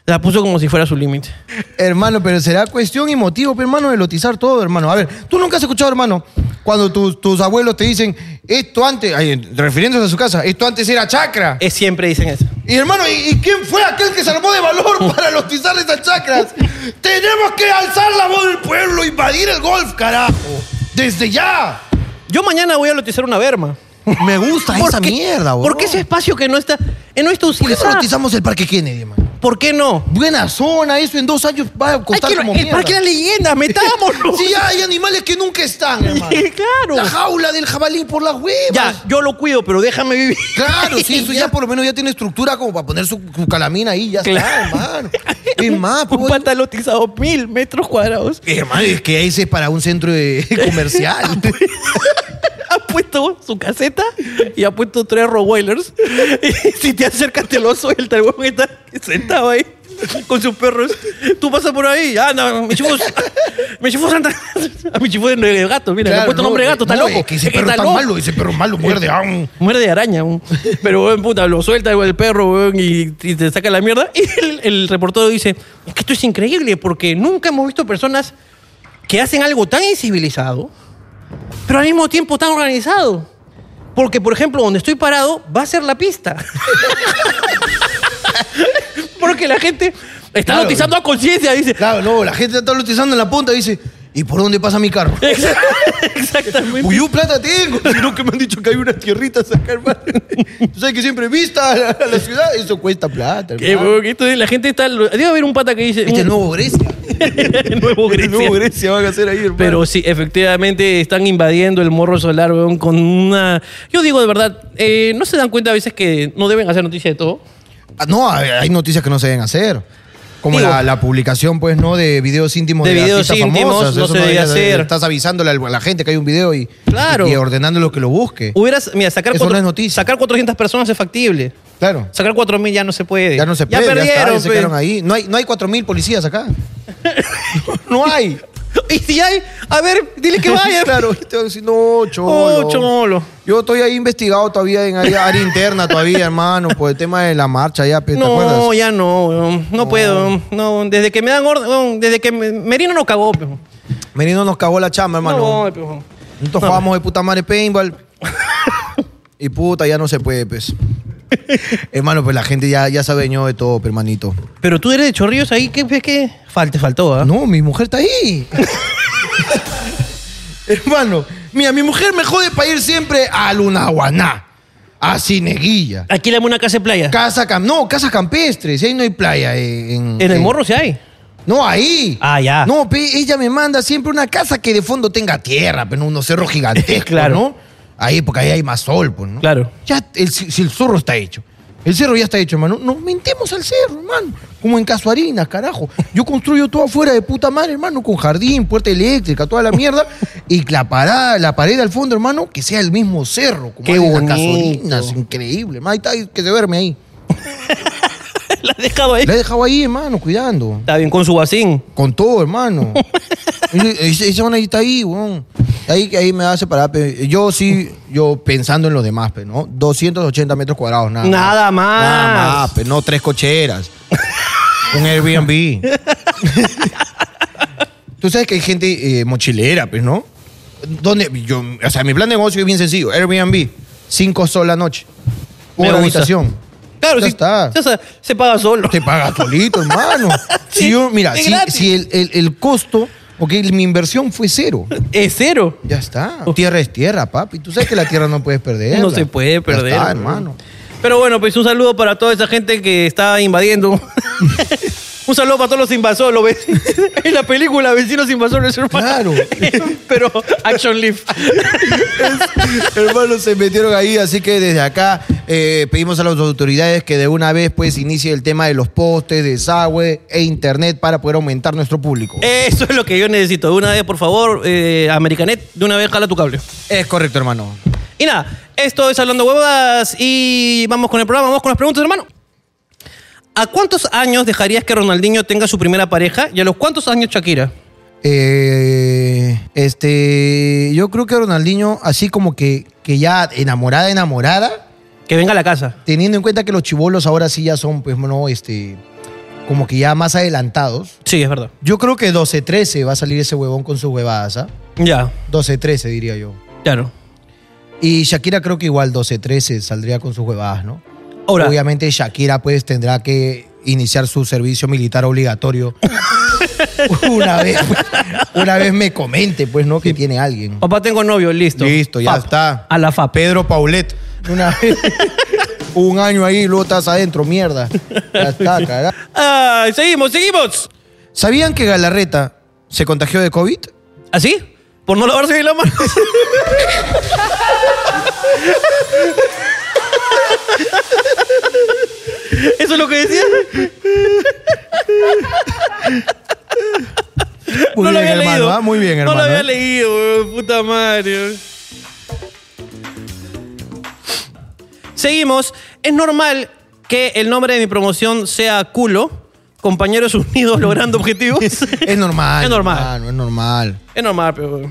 La puso como si fuera su límite. Hermano, pero será cuestión y motivo, pe, hermano, de lotizar todo, hermano. A ver, tú nunca has escuchado, hermano, cuando tus, tus abuelos te dicen, esto antes, ay, refiriéndose a su casa, esto antes era chacra. Es, siempre dicen eso. Y hermano, ¿y, y quién fue aquel que se armó de valor para lotizar esas chacras? Tenemos que alzar la voz del pueblo, invadir el golf, carajo. Desde ya. Yo mañana voy a lotizar una verma. Me gusta ¿Por esa qué- mierda, bro. ¿Por qué ese espacio que no está, eh, no está ¿Por qué no utilizado? lotizamos el Parque Kennedy, hermano? ¿Por qué no? Buena zona, eso en dos años va a Hay costar que lo- como el mierda. parque de las leyendas, metámoslo. Si ya hay animales que nunca están, hermano. Sí, claro. La jaula del jabalí por las huevas. Ya, yo lo cuido, pero déjame vivir. Claro, sí, eso ya por lo menos ya tiene estructura como para poner su, su calamina ahí, ya está, Claro. hermano. Es más, Un pues, pata lotizado mil metros cuadrados. hermano, es que ese es para un centro de- comercial. Ha puesto su caseta y ha puesto tres Rottweilers. Y si te acercas, te lo suelta. El huevón está sentado ahí con sus perros. Tú pasas por ahí. Ah, Anda, mi chifo. Mi chifo Santa. A mi chifo de gato, mira. le ha Claro, puesto no, eh, nombre de gato, está no, loco. Es que ese Es que perro está está loco. malo, ese perro malo muerde. ah, mm. Muere de araña, weón. pero weón, puta, lo suelta weón, el perro weón, y, y te saca la mierda. Y el, el reportero dice, es que esto es increíble porque nunca hemos visto personas que hacen algo tan incivilizado, pero al mismo tiempo tan organizado. Porque, por ejemplo, donde estoy parado va a ser la pista. porque la gente está Claro. notizando a conciencia, dice. Claro, no, la gente está lotizando en la punta y dice, ¿y por dónde pasa mi carro? Exactamente. Uy, yo plata tengo, sino que me han dicho que hay unas tierritas acá, hermano. Tú sabes que siempre vista a la, a la ciudad, eso cuesta plata, Que, hermano. Eh, weón, esto es- la gente está... Debe haber un pata que dice... Este es "Mm, el nuevo Grecia. nuevo El Grecia". nuevo Grecia van a hacer ahí, hermano. Pero sí, efectivamente están invadiendo el morro solar, weón, con una. Yo digo de verdad, eh, ¿no se dan cuenta a veces que no deben hacer noticia de todo? Ah, No, hay hay noticias que no se deben hacer. Como Digo- la, la publicación, pues, ¿no? De videos íntimos De de, videos artistas íntimos, famosas. no Eso se debe debería- hacer. Estás avisándole a la gente que hay un video y, Claro. y ordenándolo que lo busque. Hubieras, mira, sacar, Eso no es noticia. sacar 400 personas es factible. Claro. Sacar 4.000 ya no se puede. Ya no se puede. Ya perdieron. pues. está, ya se pe. quedaron ahí. No hay, no hay 4.000 policías acá. no hay. Y si hay, a ver, dile que vaya. Claro, y te voy a decir, no, cholo. Oh, cholo. Yo estoy ahí investigado todavía en área, área interna todavía, hermano, por el tema de la marcha ya, pe, ¿te acuerdas? No, ya no, weón. no, puedo. No, desde que me dan orden, weón, desde que me- Merino no cagó, pe. Merino nos cagó la chamba, hermano. No, pe, weón. Nosotros jugamos de puta madre paintball. y puta, ya no se puede, pues. Hermano, pues la gente ya, ya se adueñó de todo, pues, hermanito. Pero tú eres de Chorrillos ahí, ¿qué ves que falta, faltó? ¿ah? No, mi mujer está ahí. Hermano, mira, mi mujer me jode para ir siempre a Lunahuaná, a Cineguilla, Aquí le una casa de playa. casa cam no, casa campestre, si ahí no hay playa. eh, En, en el morro sí hay. No, ahí. Ah, ya. No, pe, ella me manda siempre una casa que de fondo tenga tierra, pero no unos cerros gigantescos, Claro. ¿no? Ahí, porque ahí hay más sol, pues, ¿no? Claro. Ya, el, si si el zorro está hecho. El cerro ya está hecho, hermano. Nos mentemos al cerro, hermano. Como en Casuarinas, carajo. Yo construyo todo afuera de puta madre, hermano, con jardín, puerta eléctrica, toda la mierda. Y la parada, la pared al fondo, hermano, que sea el mismo cerro. Como Qué hay en las bonito. Casuarinas, increíble. hermano. Ahí está, hay que se verme ahí. la has dejado ahí. La he dejado ahí, hermano, cuidando. Está bien, con su bacín. Con todo, hermano. Ese- Esa una está ahí, weón. Ahí, ahí me hace parar. pe. Yo sí, yo pensando en los demás, pe, ¿no? 280 metros cuadrados, Ah. nada. Nada más. Nada más, pe, no tres cocheras. Un Airbnb. Tú sabes que hay gente eh, mochilera, pues, ¿no? Donde yo, o sea, mi plan de negocio es bien sencillo. Airbnb, cinco soles la noche. Me Una gusta. habitación. Claro, Ya sí. está. ya se- se paga solo. Te paga solito, hermano. Sí, si yo, mira, es si, gratis. si el, el- el costo, porque el- mi inversión fue cero. Es cero. Ya está. Tierra es tierra, papi. Tú sabes que la tierra no puedes perder. Oh. No se puede perder. Ya está, bro. hermano. Pero bueno, pues un saludo para toda esa gente que está invadiendo. un saludo para todos los invasores. Lo ves en la película Vecinos Invasores, hermano. Claro. Pero Action Leaf. Hermanos, se metieron ahí, así que desde acá eh, pedimos a las autoridades que de una vez pues inicie el tema de los postes, desagüe e internet para poder aumentar nuestro público. Eso es lo que yo necesito. De una vez, por favor, eh, Americanet, de una vez jala tu cable. Es correcto, hermano. Y nada, esto es Hablando Huevas y vamos con el programa, vamos con las preguntas, hermano. ¿A cuántos años dejarías que Ronaldinho tenga su primera pareja y a los cuántos años Shakira? Eh, este, yo creo que Ronaldinho, así como que, que ya enamorada, enamorada, Que venga a la casa. teniendo en cuenta que los chivolos ahora sí ya son, pues, no, este, como que ya más adelantados. Sí, es verdad. Yo creo que 12-13 va a salir ese huevón con sus huevadas, ¿ah? Ya, 12-13 diría yo. claro. Y Shakira creo que igual 12-13 saldría con sus huevadas, ¿no? Ahora, Obviamente Shakira pues tendrá que iniciar su servicio militar obligatorio. una vez, una vez me comente, pues, ¿no? Que tiene alguien. papá tengo novio, listo. Listo, ya Fap. está. A la FAP. Pedro Paulet. Una vez. Un año ahí y luego estás adentro, mierda. Ya está, carajo. Ay, seguimos, seguimos. ¿Sabían que Galarreta se contagió de COVID? ¿Así? ¿Ah, ¿Por no lavarse bien la mano? ¿Eso es lo que decía? Muy no lo bien, había hermano, leído. ¿ah? Muy bien, No hermano, lo había ¿eh? leído, weón. Puta madre. weón. Seguimos. Es normal que el nombre de mi promoción sea Culo, Compañeros Unidos Logrando Objetivos. Es normal. Es normal. hermano, es normal. Es normal, pero.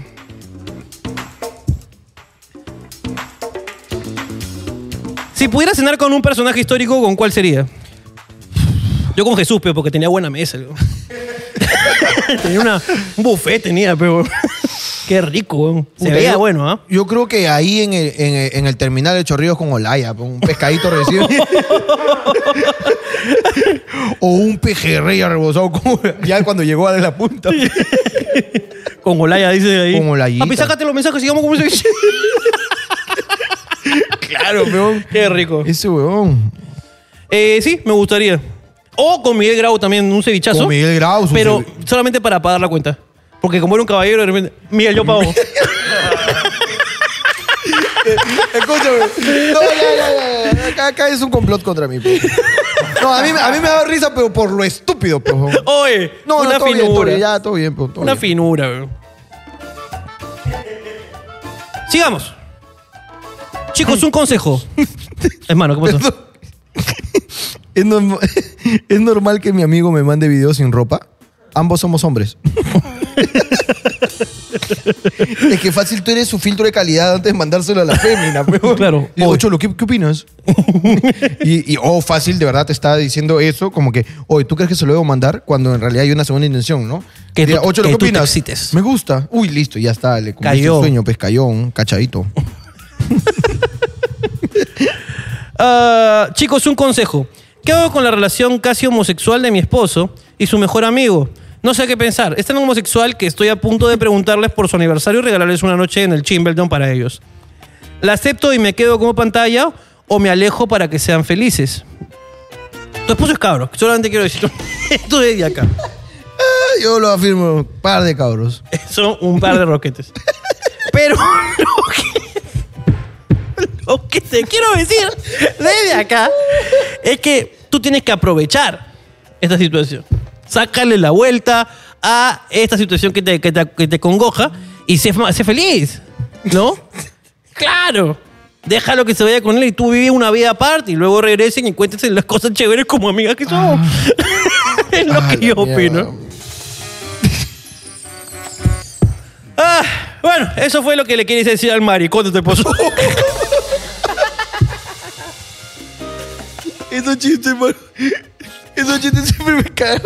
Si pudiera cenar con un personaje histórico, ¿con cuál sería? Yo con Jesús, pero porque tenía buena mesa. weón. tenía una, un buffet, tenía, pero. Qué rico, weón. Se Puta, veía yo- bueno, ¿ah? Yo creo que ahí en el, en el- en el terminal de Chorrillos con Olaya, pues, un pescadito recién. o un pejerrey rebozado con, ya cuando llegó a la punta. Con Olaya, dice ahí. Con Olayita. Papi, sácate los mensajes, sigamos con ese claro, peón. Qué rico. Ese huevón. Eh, sí, me gustaría. O con Miguel Grau también, un cevichazo. Con Miguel Grau, su Pero cevi- solamente para pagar la cuenta. Porque como era un caballero, de repente, Miguel, yo pago. Escúchame. No, ya, ya, ya, ya. Acá, acá es un complot contra mí. pues. No, a mí, a mí me da risa, pero por lo estúpido, pues. huevón. Oye, No, no, una todo bien, todo finura. bien, ya, todo bien, pues, todo una bien. finura, weón. Sigamos. Chicos, un consejo. Hermano, ¿qué pasó? ¿Es, norm- ¿Es normal que mi amigo me mande videos sin ropa? Ambos somos hombres. es que fácil tú eres su filtro de calidad antes de mandárselo a la fémina. pero- Claro. Y Digo, Cholo, ¿qué, qué opinas? y, y, oh, fácil, de verdad te está diciendo eso, como que, oye, ¿tú crees que se lo debo mandar? Cuando en realidad hay una segunda intención, ¿no? Que Diga, tú- "Oh, Cholo, que ¿qué tú te opinas? excites. Me gusta. Uy, listo, ya está. Le cumpliste Cayó. el sueño, pues cayó, un cachadito. Ah, chicos, un consejo. ¿Qué hago con la relación casi homosexual de mi esposo y su mejor amigo? No sé qué pensar. Es tan homosexual que estoy a punto de preguntarles por su aniversario y regalarles una noche en el Chimbledon para ellos. ¿La acepto y me quedo como pantalla o me alejo para que sean felices? Tu esposo es cabro, solamente quiero decirlo. Tú de acá. Ah, Yo lo afirmo, par de cabros. Son un par de roquetes. Pero lo que, lo que te quiero decir desde acá es que tú tienes que aprovechar esta situación. Sácale la vuelta a esta situación que te, que te- que te congoja y sé, fa- sé feliz, ¿no? claro. Déjalo que se vaya con él y tú vives una vida aparte y luego regresen y cuéntense las cosas chéveres como amigas que somos. es lo Ah, que la yo mierda. opino. Ah, bueno, eso fue lo que le quería decir al maricón de tu esposo. Esos chistes, mano. Esos chistes siempre me cagan.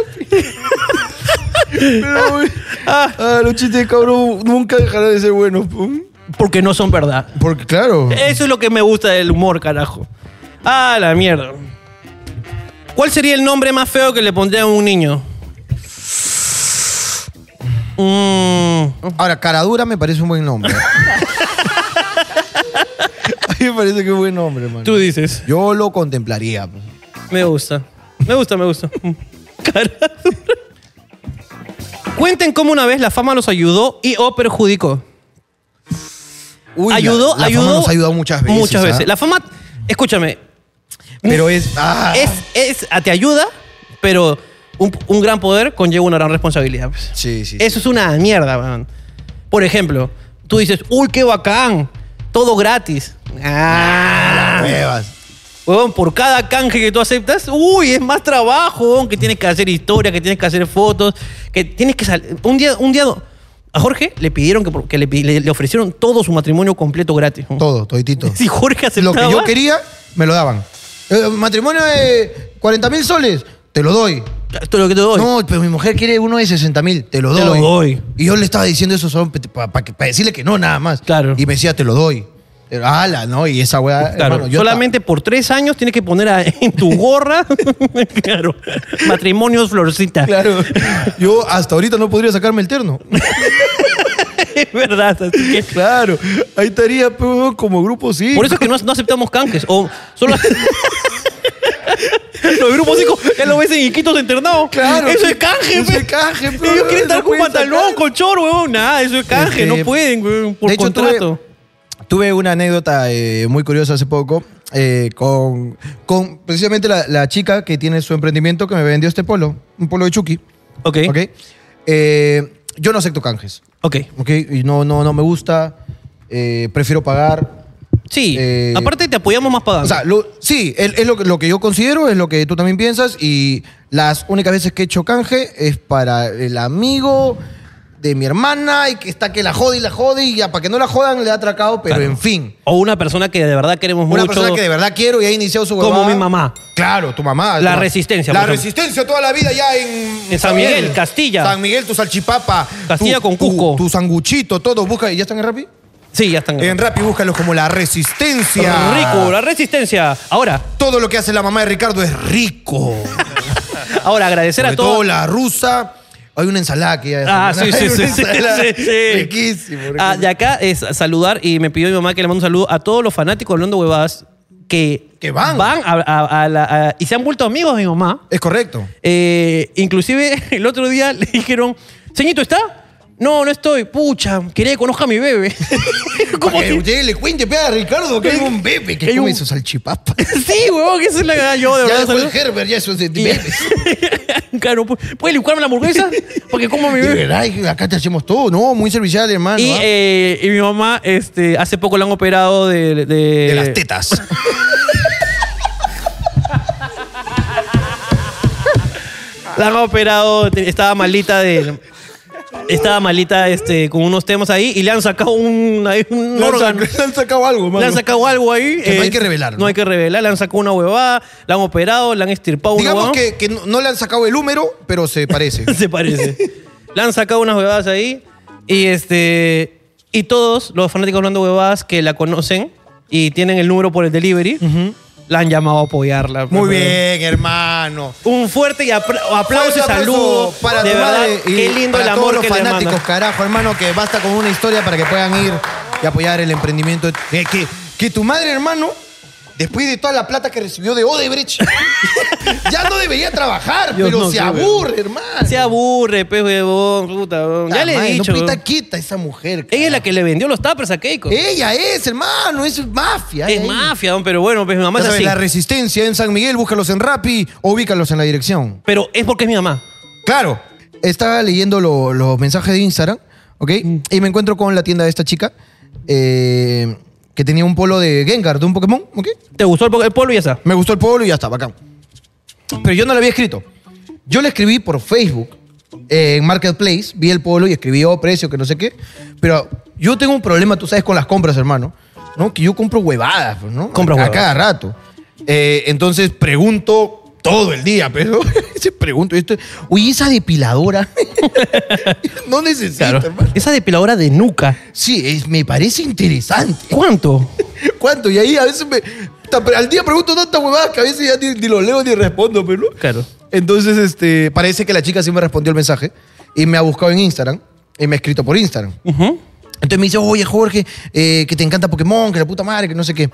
Pero, güey, ah, los chistes de cabrón nunca dejarán de ser buenos. pum. Porque no son verdad. Porque, claro. Eso es lo que me gusta del humor, carajo. Ah, la mierda. ¿Cuál sería el nombre más feo que le pondría a un niño? Mm, Ahora, Caradura me parece un buen nombre. A mí me parece que es un buen nombre, mano. tú dices. Yo lo contemplaría. pues. Me gusta. Me gusta, me gusta. Mm. Cara dura. Cuenten cómo una vez la fama los ayudó y o perjudicó. Uy, la- ayudó, la fama ayudó. nos ha ayudado muchas veces. Muchas ¿ah? veces. La fama, escúchame, Pero es. ah, es, es, a- te ayuda, pero un, un gran poder conlleva una gran responsabilidad. pues. Sí, sí, sí. Eso es una mierda, weón. Por ejemplo, tú dices, uy, qué bacán, todo gratis. Ah, Huevas. Huevón, por cada canje que tú aceptas, uy, es más trabajo, huevón, que tienes que hacer historia, que tienes que hacer fotos, que tienes que salir. Un día, un día, a Jorge le pidieron que, que le, pi- le- le ofrecieron todo su matrimonio completo gratis. huevón. Todo, toditito. Si Jorge Lo aceptaba. que yo quería, me lo daban. Eh, matrimonio de 40 mil soles, te lo doy. todo lo que te doy. No, pero mi mujer quiere uno de 60 mil, te lo doy. Te lo doy. Y yo le estaba diciendo eso solo para decirle que no, nada más. Claro. Y me decía, te lo doy. Pero, ala, ¿no? Y esa weá. Claro, hermano, yo solamente por tres años tienes que poner a- en tu gorra, claro, matrimonios florcita. ta- Claro. Yo hasta ahorita no podría sacarme el terno. Es verdad. así que- Claro. Ahí estaría pero, como grupo sí. por eso es que no, no aceptamos canjes. O solo Los grupos chicos, ya lo ves en Iquitos internados. Claro. Eso es canje, Eso pe. es canje, pe. Ellos quieren No estar con pueden pantalón, sacar. con chor, weón. Nada, eso es canje. Este, no pueden, weón, por de hecho, tuve- contrato. Tuve una anécdota eh, muy curiosa hace poco eh, con, con precisamente la, la chica que tiene su emprendimiento que me vendió este polo, un polo de Chucky. Ok. ¿Ok? Eh, yo no acepto canjes. Ok. ¿Ok? Y no, no, no me gusta. eh, prefiero pagar. Sí. Eh, Aparte, te apoyamos más pagando. O sea, lo- sí, es, es lo, que- lo que yo considero, es lo que tú también piensas. Y las únicas veces que he hecho canje es para el amigo de mi hermana y que está que la jode y la jode y ya para que no la jodan le ha atracado, pero Claro. en fin. o una persona que de verdad queremos Una mucho. persona que de verdad quiero y ha iniciado su Como huevada. mi mamá. Claro, tu mamá. tu La mamá. resistencia, La por ejemplo. resistencia toda la vida ya en... En San Miguel, Castilla. San Miguel, tu salchipapa. Castilla tu- con tu- Cusco. Tu, sanguchito, todo. Busca, ¿ya están en Rappi? Sí, ya están. En Rappi búscalos como la resistencia. Rico, la resistencia. Ahora, Todo lo que hace la mamá de Ricardo es rico. ahora agradecer Sobre a todos. todo la rusa. Hay una ensalada que ya... Ah, sí, sí, Hay sí, una sí, ensalada sí, sí. Riquísimo. Ah, riquísimo. de acá es saludar y me pidió mi mamá que le mando un saludo a todos los fanáticos de hablando huevadas que, Que van. a- a- a la- a- y se han vuelto amigos de mi mamá. Es correcto. Eh, inclusive el otro día le dijeron, señito, ¿está? No, no estoy. Pucha, quería que conozca a mi bebé. Para que si- usted le cuente pe, a Ricardo que hay un bebé que Hay come un- su salchipapa. sí, huevón, que esa es la verdad. Yo de Ya verdad después saludo. Herbert, ya eso es de Y- bebés. claro, ¿pu- ¿puede licuarme la hamburguesa? Porque como a mi De bebé. verdad, es que acá te hacemos todo, ¿no? Muy servicial, hermano. Y, ¿ah? eh, y mi mamá, este, hace poco la han operado de, de, de las tetas. La han operado, te- estaba malita de. Estaba malita este, con unos temas ahí y le han sacado un, ahí un Le han órgano. sac- le han sacado algo, mano. Le han sacado algo ahí. Que no hay eh, que revelar, No ¿no? hay que revelar. Le han sacado una huevada, la han operado, le han estirpado una Digamos huevada. que, que no, no le han sacado el húmero, pero se parece. se parece. Le han sacado unas huevadas ahí y este y todos los fanáticos hablando huevadas que la conocen y tienen el número por el delivery la han llamado a apoyarla. Muy bien, hermano. Un fuerte y apl- aplauso y Fuerte aplauso saludo. para de tu verdad, madre y qué lindo para el todos amor los que le fanáticos, mandan. carajo, hermano, que basta con una historia para que puedan ir y apoyar el emprendimiento. Que, que- que tu madre, hermano, después de toda la plata que recibió de Odebrecht, ya no debería trabajar, Dios, pero no, se sí, aburre, hermano. Se aburre, pe huevón, puta, huevón. Ya Ah, le he madre, dicho. No huevón. pita quita esa mujer. Ella es la carajo. que le vendió los tappers a Keiko. Ella es, hermano, es mafia. Es ella mafia, don, pero bueno, pues mi mamá Ya es sabes, así. la resistencia en San Miguel, búscalos en Rappi o ubícalos en la dirección. Pero es porque es mi mamá. Claro. Estaba leyendo lo- los mensajes de Instagram, ¿ok? Mm. Y me encuentro con la tienda de esta chica eh, que tenía un polo de Gengar, de un Pokémon, ¿ok? ¿Te gustó el, po- el polvo y ya está? Me gustó el polo y ya está, bacán. Pero yo no lo había escrito. Yo le escribí por Facebook, eh, en Marketplace, vi el polo y escribí, oh, precio, que no sé qué. Pero yo tengo un problema, tú sabes, con las compras, hermano, ¿no? Que yo compro huevadas, pues, ¿no? Compras a, a huevadas. cada rato. Eh, entonces pregunto todo el día, pero pregunto esto. Oye, esa depiladora. no necesito, hermano. Esa depiladora de nuca. Sí, es- me parece interesante. ¿Cuánto? ¿Cuánto? Y ahí a veces me. ta- Al día pregunto tantas huevadas que a veces ya ni, ni lo leo ni respondo, pero. ¿no? Claro. Entonces, este. Parece que la chica sí me respondió el mensaje y me ha buscado en Instagram y me ha escrito por Instagram. Ujú. Entonces me dice, oye, Jorge, eh, que te encanta Pokémon, que la puta madre, que no sé qué.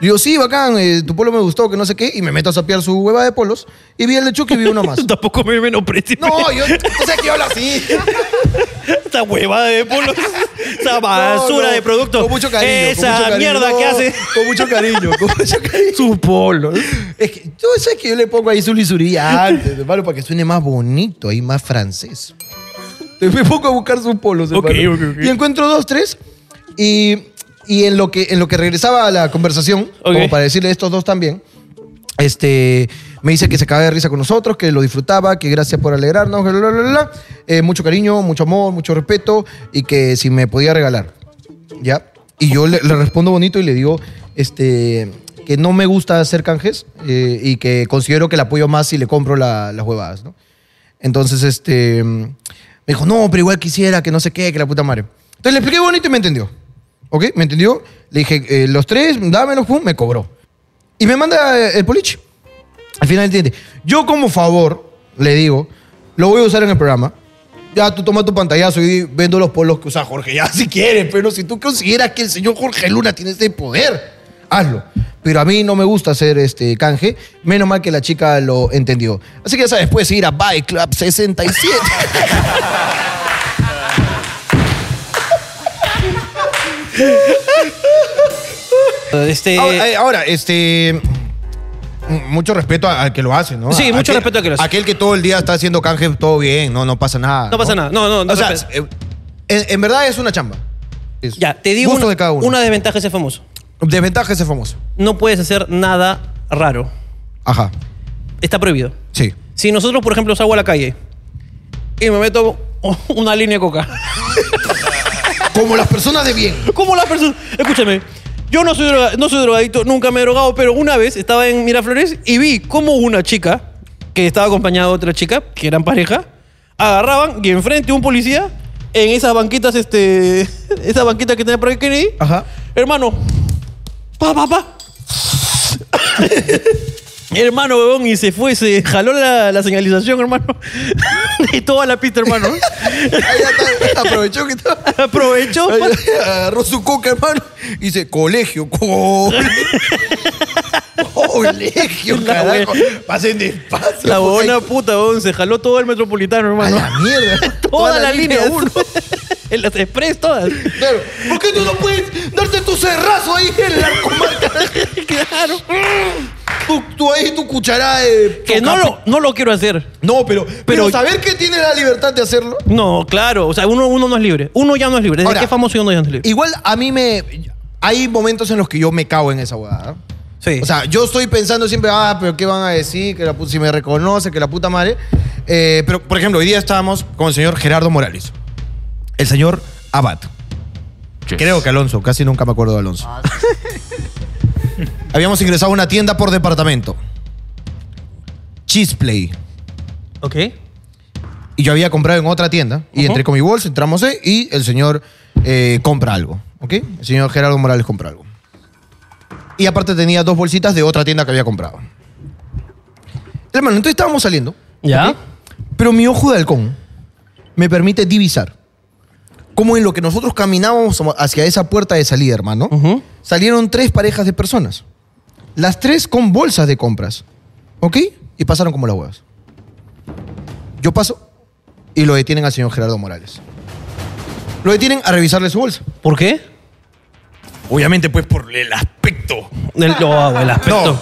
Le digo, sí, bacán, eh, tu polo me gustó, que no sé qué. Y me meto a sapear su hueva de polos y vi el de Chucky y vi uno más. Tú tampoco me menosprecies. no, yo. Tú sabes que yo hablo así. Esa huevada de polos. Esa basura No, no, de producto. Con mucho cariño. con Esa mucho cariño. mierda No, que hace. Con mucho cariño, con mucho cariño. Su polo. Es que tú sabes que yo le pongo ahí su lisuría antes, hermano, para que suene más bonito, ahí más francés. Entonces me pongo a buscar sus polos, Ok, hermano. ok, ok. Y encuentro dos, tres. Y, y en, lo que, en lo que regresaba a la conversación, Ok. como para decirle estos dos también, este, me dice que se acaba de risa con nosotros, que lo disfrutaba, que gracias por alegrarnos, bla, bla, bla, bla. Eh, mucho cariño, mucho amor, mucho respeto y que si me podía regalar. ¿Ya? Y yo le, le respondo bonito y le digo este, que no me gusta hacer canjes eh, y que considero que le apoyo más si le compro la- las huevadas, ¿no? Entonces, este, me dijo, no, pero igual quisiera, que no sé qué, que la puta madre. Entonces le expliqué bonito y me entendió. ¿Ok? ¿Me entendió? Le dije, eh, los tres, dámelos, pum, me cobró. Y me manda eh, el poliche. Al final entiende. Yo como favor, le digo, lo voy a usar en el programa. Ya tú toma tu pantallazo y di, vendo los polos que usa Jorge. Ya si quieres, pero si tú consideras que el señor Jorge Luna tiene ese poder, hazlo. Pero a mí no me gusta hacer este canje. Menos mal que la chica lo entendió. Así que ya sabes, puedes ir a Bike Club 67. Este. ahora, eh, ahora, este... mm, Mucho respeto a- al que lo hace, ¿no? Sí, A- mucho aquel- respeto al que lo hace. Aquel que todo el día está haciendo canje, todo bien, no, no pasa nada. No pasa nada. No, no, no O sea, pasa- eh, en, en verdad es una chamba. Es ya, te digo gusto una, de cada uno. una desventaja de ser famoso. Desventaja es ser famoso. No puedes hacer nada raro. Ajá. Está prohibido. Sí. Si nosotros, por ejemplo, salgo a la calle y me meto una línea de coca. Como las personas de bien. ¿Cómo las personas? Escúchame. Yo no soy, droga- no soy drogadicto, nunca me he drogado, pero una vez estaba en Miraflores y vi cómo una chica, que estaba acompañada de otra chica, que eran pareja, agarraban y enfrente un policía, en esas banquitas, este, esas banquitas que tenía por ahí Kennedy, Ajá. hermano, pa, pa, pa. hermano, huevón, y se fue, se jaló la, la señalización, hermano, de toda la pista, hermano. Ahí ya está, aprovechó que estaba. Aprovechó. pues. Ahí pa- ya Agarró su coca, hermano. Y dice, colegio, co- colegio. La carajo. buena. Pasen despacio. La porque- buena puta, huevón, se jaló todo el metropolitano, A hermano. la mierda. Toda, la, línea. uno. en las express todas. Claro. ¿Por qué tú no puedes darte tu cerrazo ahí en la comarca? claro. Tú, tú ahí tu cucharada de. Que no lo, no lo quiero hacer. No, pero, pero, Pero- saber que tienes la libertad de hacerlo. No, claro. O sea, uno, uno no es libre. Uno ya no es libre. Desde Ahora, que es famoso uno ya no es libre. Igual a mí me. Hay momentos en los que yo me cago en esa huevada. ¿no? Sí. ah, O sea, yo estoy pensando siempre, ah, pero ¿qué van a decir? Que la pu- si me reconoce, que la puta madre. Eh, pero, por ejemplo, hoy día estábamos con el señor Gerardo Morales. El señor Abad. Creo que Alonso, casi nunca me acuerdo de Alonso. Habíamos ingresado a una tienda por departamento. Chisplay. ok. Y yo había comprado en otra tienda. Y Ujú. entré con mi bolsa, entramos ahí, y el señor eh, compra algo. ¿Ok? El señor Gerardo Morales compra algo. Y aparte tenía dos bolsitas de otra tienda que había comprado. Hermano, entonces estábamos saliendo, ¿Ya? pero mi ojo de halcón me permite divisar cómo en lo que nosotros caminábamos hacia esa puerta de salida, hermano, Ujú. salieron tres parejas de personas. Las tres con bolsas de compras. ¿Ok? Y pasaron como las huevas. Yo paso y lo detienen al señor Gerardo Morales. Lo detienen a revisarle su bolsa. ¿Por qué? Obviamente, pues, por el aspecto. El, no, el aspecto. No.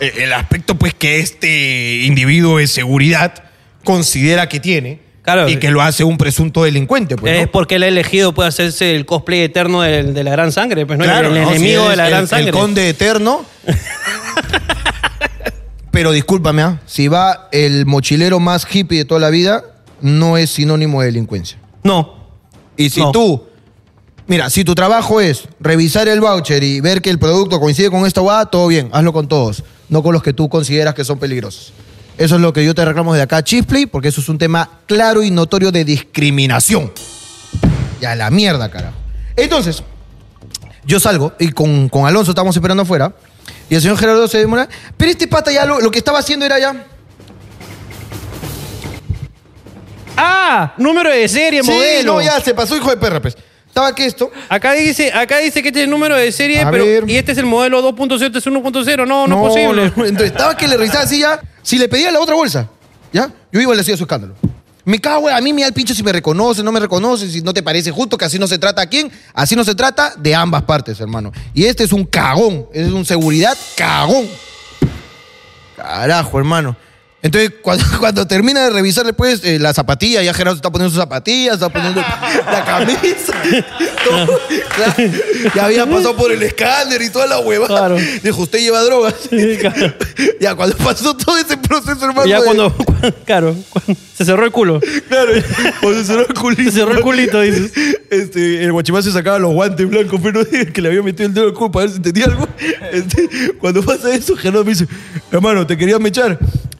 eh, El aspecto, pues, que este individuo de seguridad considera que tiene. Claro. Y que lo hace un presunto delincuente, pues. es ¿no? porque el elegido puede hacerse el cosplay eterno del- de la gran sangre, pues no Claro, el, el ¿no? Si enemigo es de la el- gran el sangre. conde eterno. Pero discúlpame, ¿ah? si va el mochilero más hippie de toda la vida, no es sinónimo de delincuencia. No. Y si No. tú, mira, si tu trabajo es revisar el voucher y ver que el producto coincide con esta guada, todo bien, hazlo con todos, no con los que tú consideras que son peligrosos. Eso es lo que yo te reclamo de acá, Chisplay, porque eso es un tema claro y notorio de discriminación. Ya la mierda, carajo. Entonces, yo salgo y con, con Alonso estamos esperando afuera. Y el señor Gerardo se demora. Pero este pata ya lo, lo que estaba haciendo era ya. Ah, número de serie, modelo. no, ya se pasó, hijo de perra, pues. Estaba que esto. Acá dice, acá dice que este es el número de serie, A pero ver. y este es el modelo 2.0, este es 1.0. No, no, es posible. no. Entonces, estaba que le revisaba así ya. Si le pedía la otra bolsa, ¿ya? Yo iba y le hacía su escándalo. Me cago, a mí me da el pinche si me reconoce, no me reconoce, si no te parece justo, que así no se trata a quién. Así no se trata de ambas partes, hermano. Y este es un cagón, es un seguridad cagón. Carajo, hermano. Entonces, cuando, cuando termina de revisarle, pues, eh, la zapatilla, ya Gerardo se está poniendo sus zapatillas, está poniendo la camisa. todo. Claro. ya había pasado por el escáner y toda la huevada. Claro. Dijo, usted lleva drogas. claro. ya, cuando pasó todo ese proceso, hermano. Ya de- cuando, claro, cuando- se cerró el culo. Claro, o se cerró el culito. Se cerró el culito, dices. Este, el guachimán se sacaba los guantes blancos, pero que le había metido el dedo al culo para ver si entendía algo. Este, cuando pasa eso, Gerardo me dice, hermano, te quería mechar.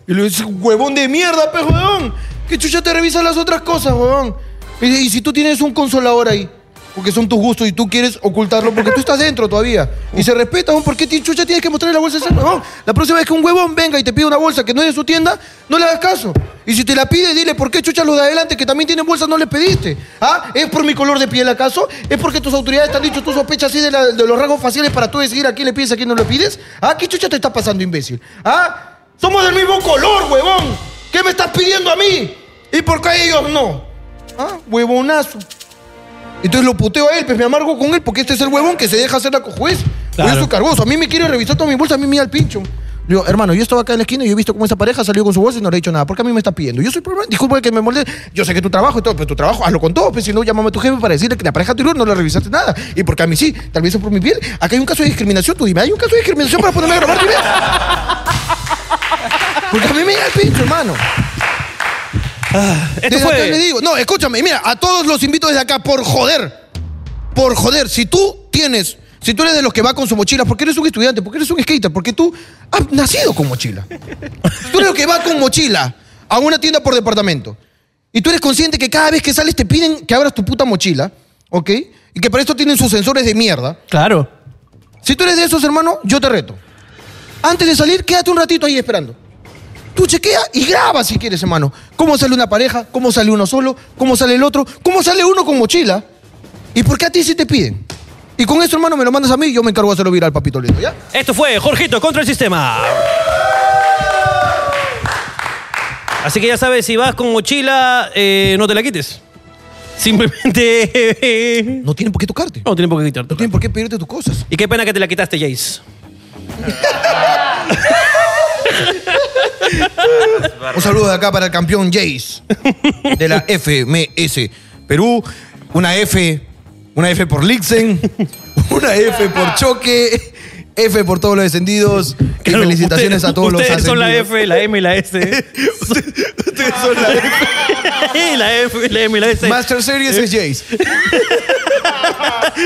Y le dice, huevón de mierda, pe, huevón. Que chucha te revisa las otras cosas, huevón. Y, y si tú tienes un consolador ahí, porque son tus gustos y tú quieres ocultarlo porque tú estás dentro todavía. Y se respeta, huevón. ¿Por qué ti- chucha tienes que mostrarle la bolsa esa, huevón? La próxima vez que un huevón venga y te pida una bolsa que no es de su tienda, no le hagas caso. Y si te la pide, dile, ¿por qué chucha los de adelante que también tienen bolsas no les pediste? ¿Ah? ¿Es por mi color de piel acaso? ¿Es porque tus autoridades te han dicho, tú sospechas así de, la- de los rasgos faciales para tú decidir a quién le pides y a quién no le pides? ¿Ah? ¿Qué chucha te está pasando, imbécil? ¿Ah? Somos del mismo color, huevón. ¿Qué me estás pidiendo a mí? ¿Y por qué ellos no? Ah, huevonazo. Entonces lo puteo a él, pues me amargo con él, porque este es el huevón que se deja hacer la cojuez. Por Claro. eso cargoso. A mí me quiere revisar toda mi bolsa, a mí me da el pincho. Le digo, hermano, yo estaba acá en la esquina y yo he visto cómo esa pareja salió con su bolsa y no le he dicho nada. ¿Por qué a mí me estás pidiendo? Yo soy problema. Disculpa que me molde. Yo sé que tu trabajo y todo, pero tu trabajo hazlo con todo. Pues, si no, llámame a tu jefe para decirle que la pareja anterior no le revisaste nada. Y porque a mí sí, tal vez es por mi piel. Acá hay un caso de discriminación. Tú dime, hay un caso de discriminación para ponerme a grabar tu video? Porque a mí me da el pincho, hermano. Esto Desde acá le fue. digo, no, escúchame, mira, a todos los invito desde acá por joder. Por joder, si tú tienes, si tú eres de los que va con su mochila, porque eres un estudiante, porque eres un skater, porque tú has nacido con mochila. tú eres el que va con mochila a una tienda por departamento. Y tú eres consciente que cada vez que sales te piden que abras tu puta mochila, ¿ok? Y que para esto tienen sus sensores de mierda. Claro. Si tú eres de esos, hermano, yo te reto. Antes de salir, quédate un ratito ahí esperando. Tú chequea y graba si quieres, hermano. Cómo sale una pareja, cómo sale uno solo, cómo sale el otro, cómo sale uno con mochila. ¿Y por qué a ti sí te piden? Y con eso, hermano, me lo mandas a mí y yo me encargo de hacerlo viral, papito lindo, ¿ya? Esto fue Jorgito contra el sistema. Así que ya sabes, si vas con mochila, eh, no te la quites. Simplemente. No tienen por qué tocarte. No tienen por qué quitarte. No tienen por qué pedirte tus cosas. Y qué pena que te la quitaste, Jace. Un saludo de acá para el campeón Jace de la FMS Perú. Una F, una F por Lixen, una F por Choque, F por todos los descendidos. Y felicitaciones Ustedes- a todos los Ustedes son la ascendidos. F, la M y la S. ustedes son la F. la F, la M y la S. Master Series es Jace.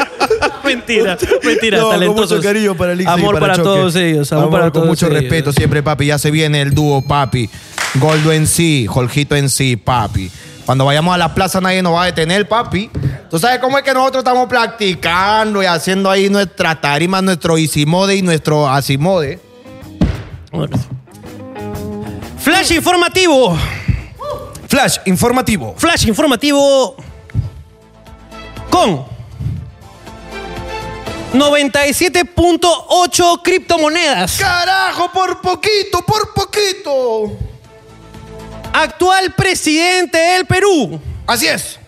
Ah, mentira, mentira, No, con talentosos. mucho cariño para Lixen y Amor para, Choque. todos ellos, amor, para con todos mucho ellos. respeto siempre, papi. Ya se viene el dúo, papi. Goldo en sí, Jorgito en sí, papi. Cuando vayamos a la plaza nadie nos va a detener, papi. ¿Tú sabes cómo es que nosotros estamos practicando y haciendo ahí nuestras tarimas, nuestro Isimode y nuestro Asimode? Flash informativo. Flash informativo. Flash informativo con 97.8 criptomonedas. ¡Carajo, por poquito, por poquito! Actual presidente del Perú, Así es.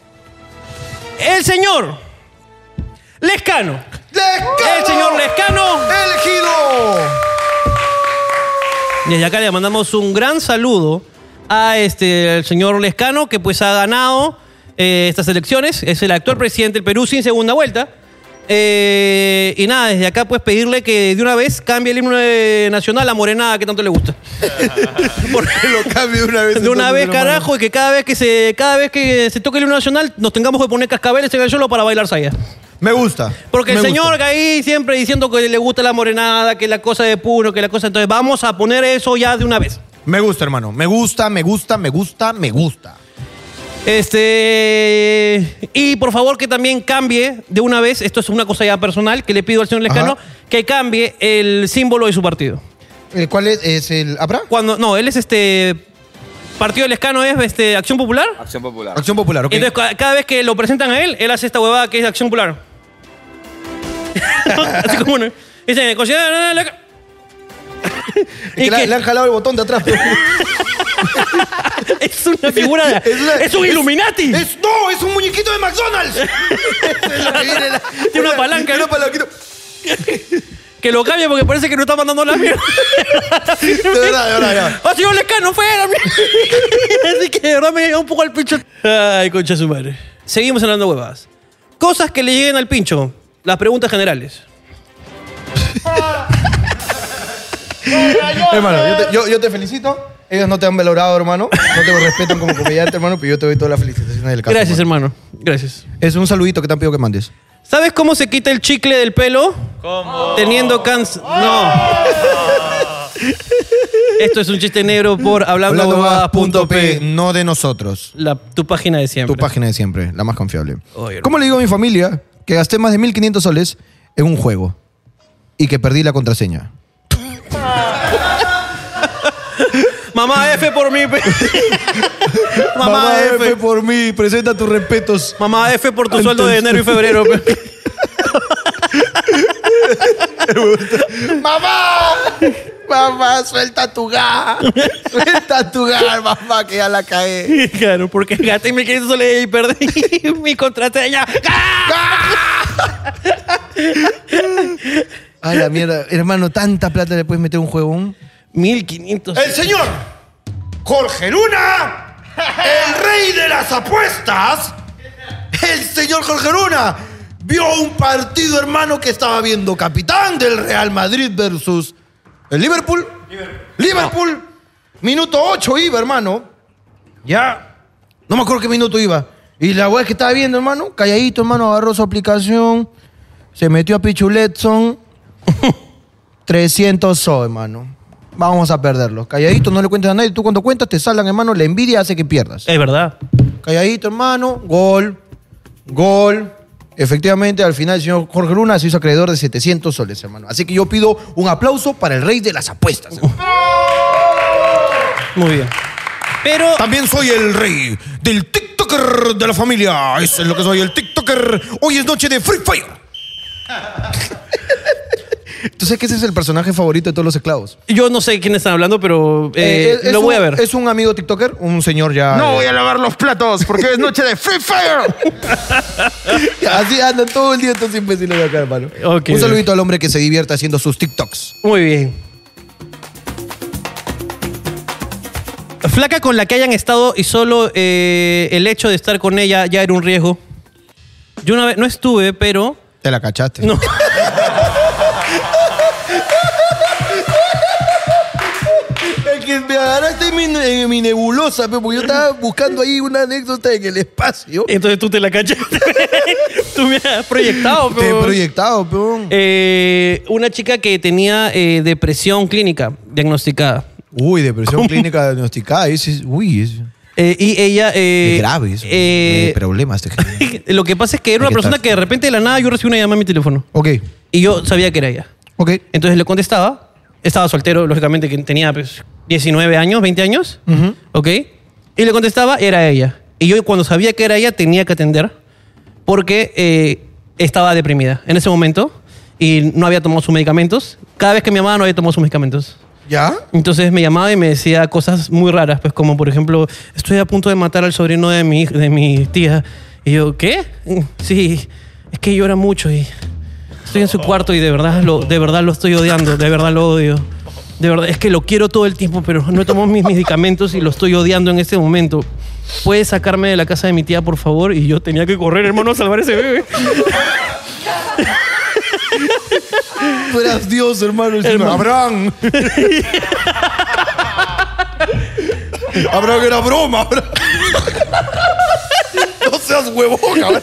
el señor Lescano. ¡Lescano! El señor Lescano. ¡Elegido! Desde acá le mandamos un gran saludo a este el señor Lescano, que pues ha ganado eh, estas elecciones. Es el actual presidente del Perú sin segunda vuelta. Eh, y nada, desde acá pues pedirle que de una vez cambie el himno eh, nacional a Morenada que tanto le gusta. Que lo cambie de una vez. De una entonces, vez, hermano. carajo, y que cada vez que se, cada vez que se toque el himno nacional nos tengamos que poner cascabeles en el suelo para bailar saya. Me gusta. Porque el me señor gusta. ahí siempre diciendo que le gusta la morenada, que la cosa de Puno, que la cosa... Entonces vamos a poner eso ya de una vez. Me gusta, hermano. Me gusta, me gusta, me gusta, me gusta. Este. Y por favor que también cambie de una vez, esto es una cosa ya personal que le pido al señor Lescano, Ajá. que cambie el símbolo de su partido. ¿El Eh, cuál es, es el. ¿Habrá? Cuando. No, él es este. Partido de Lescano es este, Acción Popular. Acción Popular. Acción Popular, ok. Entonces, ca- cada vez que lo presentan a él, él hace esta huevada que es Acción Popular. Así como una. Dice, considera. la- la- Es que y le, que- le han jalado el botón de atrás. pero- Es una figura. Es es, una- un es- Illuminati. es, ¡No! ¡Es un muñequito de McDonald's! Es lo que viene la- Tiene una palanca, Una ¿no? palanquita. Que lo cambie porque parece que no está mandando la mierda. De verdad, de verdad, de verdad. ¡Ah, señor Lescano, fuera! Así que de verdad me llega un poco al pincho. Ay, concha de su madre. Seguimos hablando huevas. Cosas que le lleguen al pincho. Las preguntas generales. Eh, Hermano, yo te, yo- yo te felicito. Ellos no te han valorado, hermano. No te respetan como comediante, hermano, pero yo te doy todas las felicitaciones del caso. Gracias, hermano. hermano. Gracias. Es un saludito que te han pedido que mandes. ¿Sabes cómo se quita el chicle del pelo? ¿Cómo? Teniendo cáncer. No. Esto es un chiste negro por Hablandohuevadas.p, hablandohuevadas.p. no de nosotros. La, tu página de siempre. Tu página de siempre, la más confiable. Oye, hermano. ¿Cómo le digo a mi familia que gasté más de 1500 soles en un juego y que perdí la contraseña? Mamá F por mí. pe. Mamá, Mamá F. F por mí, presenta tus respetos. Mamá F por tu sueldo de enero y febrero. pe. ¡Mamá! Mamá, suelta tu gas. Suelta tu gas, mamá, que ya la cae. Claro, porque gasté 1500 soles y perdí mi contraseña. ¡Ah! A la mierda, hermano, tanta plata le puedes meter a un juego. 1500. El señor Jorge Luna, el rey de las apuestas. El señor Jorge Luna vio un partido, hermano, que estaba viendo capitán del Real Madrid versus el Liverpool. Liverpool. Minuto 8 iba, hermano. Ya. No me acuerdo qué minuto iba. Y la weá que estaba viendo, hermano, calladito, hermano, agarró su aplicación, se metió a Pichuletson. 300 so, hermano. Vamos a perderlo. Calladito, no le cuentes a nadie. Tú cuando cuentas te salgan, hermano. La envidia hace que pierdas. Es verdad. Calladito, hermano. Gol. Gol. Efectivamente, al final el señor Jorge Luna se hizo acreedor de 700 soles, hermano. Así que yo pido un aplauso para el rey de las apuestas. hermano. Muy bien. Pero También soy el rey del TikToker de la familia. Eso es lo que soy, el TikToker. Hoy es noche de Free Fire. ¿Tú sabes que ese es el personaje favorito de todos los esclavos? yo no sé quién están hablando, pero eh, Eh, es- es lo voy a un- ver. Es un amigo TikToker, un señor ya. No eh, voy a lavar los platos porque es noche de Free Fire. Así andan todo el día estos imbéciles de acá, hermano. Ok. Un saludito al hombre que se divierte haciendo sus TikToks. Muy bien. Flaca con la que hayan estado y solo eh, el hecho de estar con ella ya era un riesgo. Yo una vez no estuve, pero Te la cachaste. No. Es que me agarraste en mi, en mi nebulosa, pe, porque yo estaba buscando ahí una anécdota en el espacio. entonces tú te la cachaste. tú me has proyectado, Te he pero- proyectado, peón. Eh, una chica que tenía eh, depresión clínica diagnosticada. Uy, depresión clínica diagnosticada. Ese es- uy, es- Eh, y ella... eh, es grave eso. eh, Eh, problemas. este te genera. lo que pasa es que era una Hay que persona estar- que de repente de la nada yo recibí una llamada a mi teléfono. ok, Y yo sabía que era ella. ok. Entonces le contestaba. Estaba soltero, lógicamente, que tenía pues, 19 años, 20 años. ¿Ok? Y le contestaba, era ella. Y yo cuando sabía que era ella tenía que atender porque eh, estaba deprimida en ese momento y no había tomado sus medicamentos. Cada vez que me llamaba no había tomado sus medicamentos. ¿Ya? Entonces me llamaba y me decía cosas muy raras, pues como por ejemplo, estoy a punto de matar al sobrino de mi, hij- de mi tía. Y yo, ¿qué? Sí, es que llora mucho y estoy en su cuarto y de verdad lo, de verdad lo estoy odiando, de verdad lo odio. De verdad, es que lo quiero todo el tiempo, pero no he tomado mis medicamentos y lo estoy odiando en este momento. ¿Puedes sacarme de la casa de mi tía, por favor? Y yo tenía que correr, hermano, a salvar a ese bebé. Tú eras Dios, hermano. Abraham. Abraham era broma. Abraham. no seas huevón, Abraham.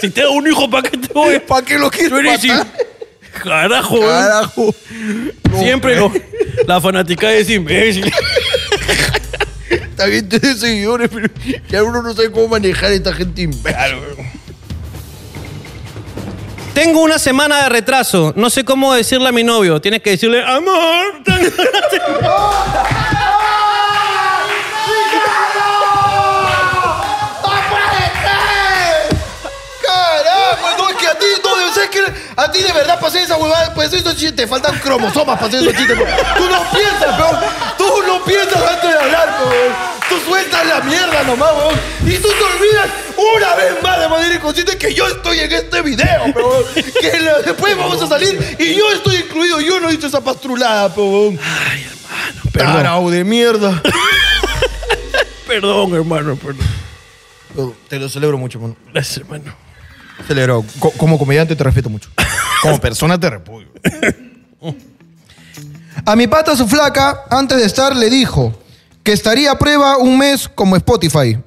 Si te da un hijo, ¿para qué te voy? ¿Para qué lo quieres matar? Carajo, eh. Carajo. Siempre lo- la fanática es imbécil. Está bien tener seguidores, pero ya uno no sabe cómo manejar a esta gente imbécil. Tengo una semana de retraso. No sé cómo decirle a mi novio. Tienes que decirle, amor. tengo una semana". Carajo, no, es que a ti, no, debe ser que a ti de verdad pasé esa huevada, pues esos chistes, faltan cromosomas para hacer esos chistes. pues. Tú no piensas, peón, tú no piensas antes de hablar, peón. Tú sueltas la mierda nomás, weón. Y tú te olvidas una vez más de manera inconsciente que yo estoy en este video, peón. Que la- después vamos a salir y yo estoy incluido. Yo no hice esa pastrulada, pues, peón. Tarao de mierda. Perdón, hermano, perdón. Te lo celebro mucho, pues. mano. Gracias, hermano. Celebro. Co- como comediante te respeto mucho. Como persona te repudio. A mi pata su flaca, antes de estar, le dijo que estaría a prueba un mes como Spotify.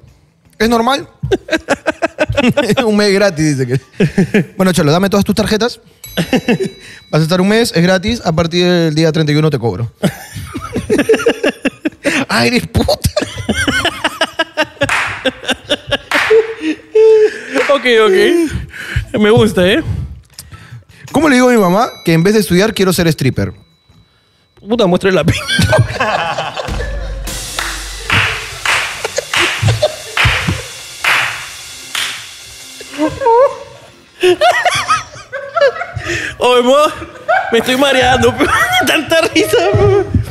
¿Es normal? un mes gratis, dice que. Bueno, Cholo, dame todas tus tarjetas. Vas a estar un mes, es gratis. A partir del día 31 te cobro. ¡Ah, eres puta! Ok, ok. Me gusta, ¿eh? ¿Cómo le digo a mi mamá que en vez de estudiar quiero ser stripper? Puta, muestra el lápiz. Oye, mo, me estoy mareando. pe. Tanta risa. No.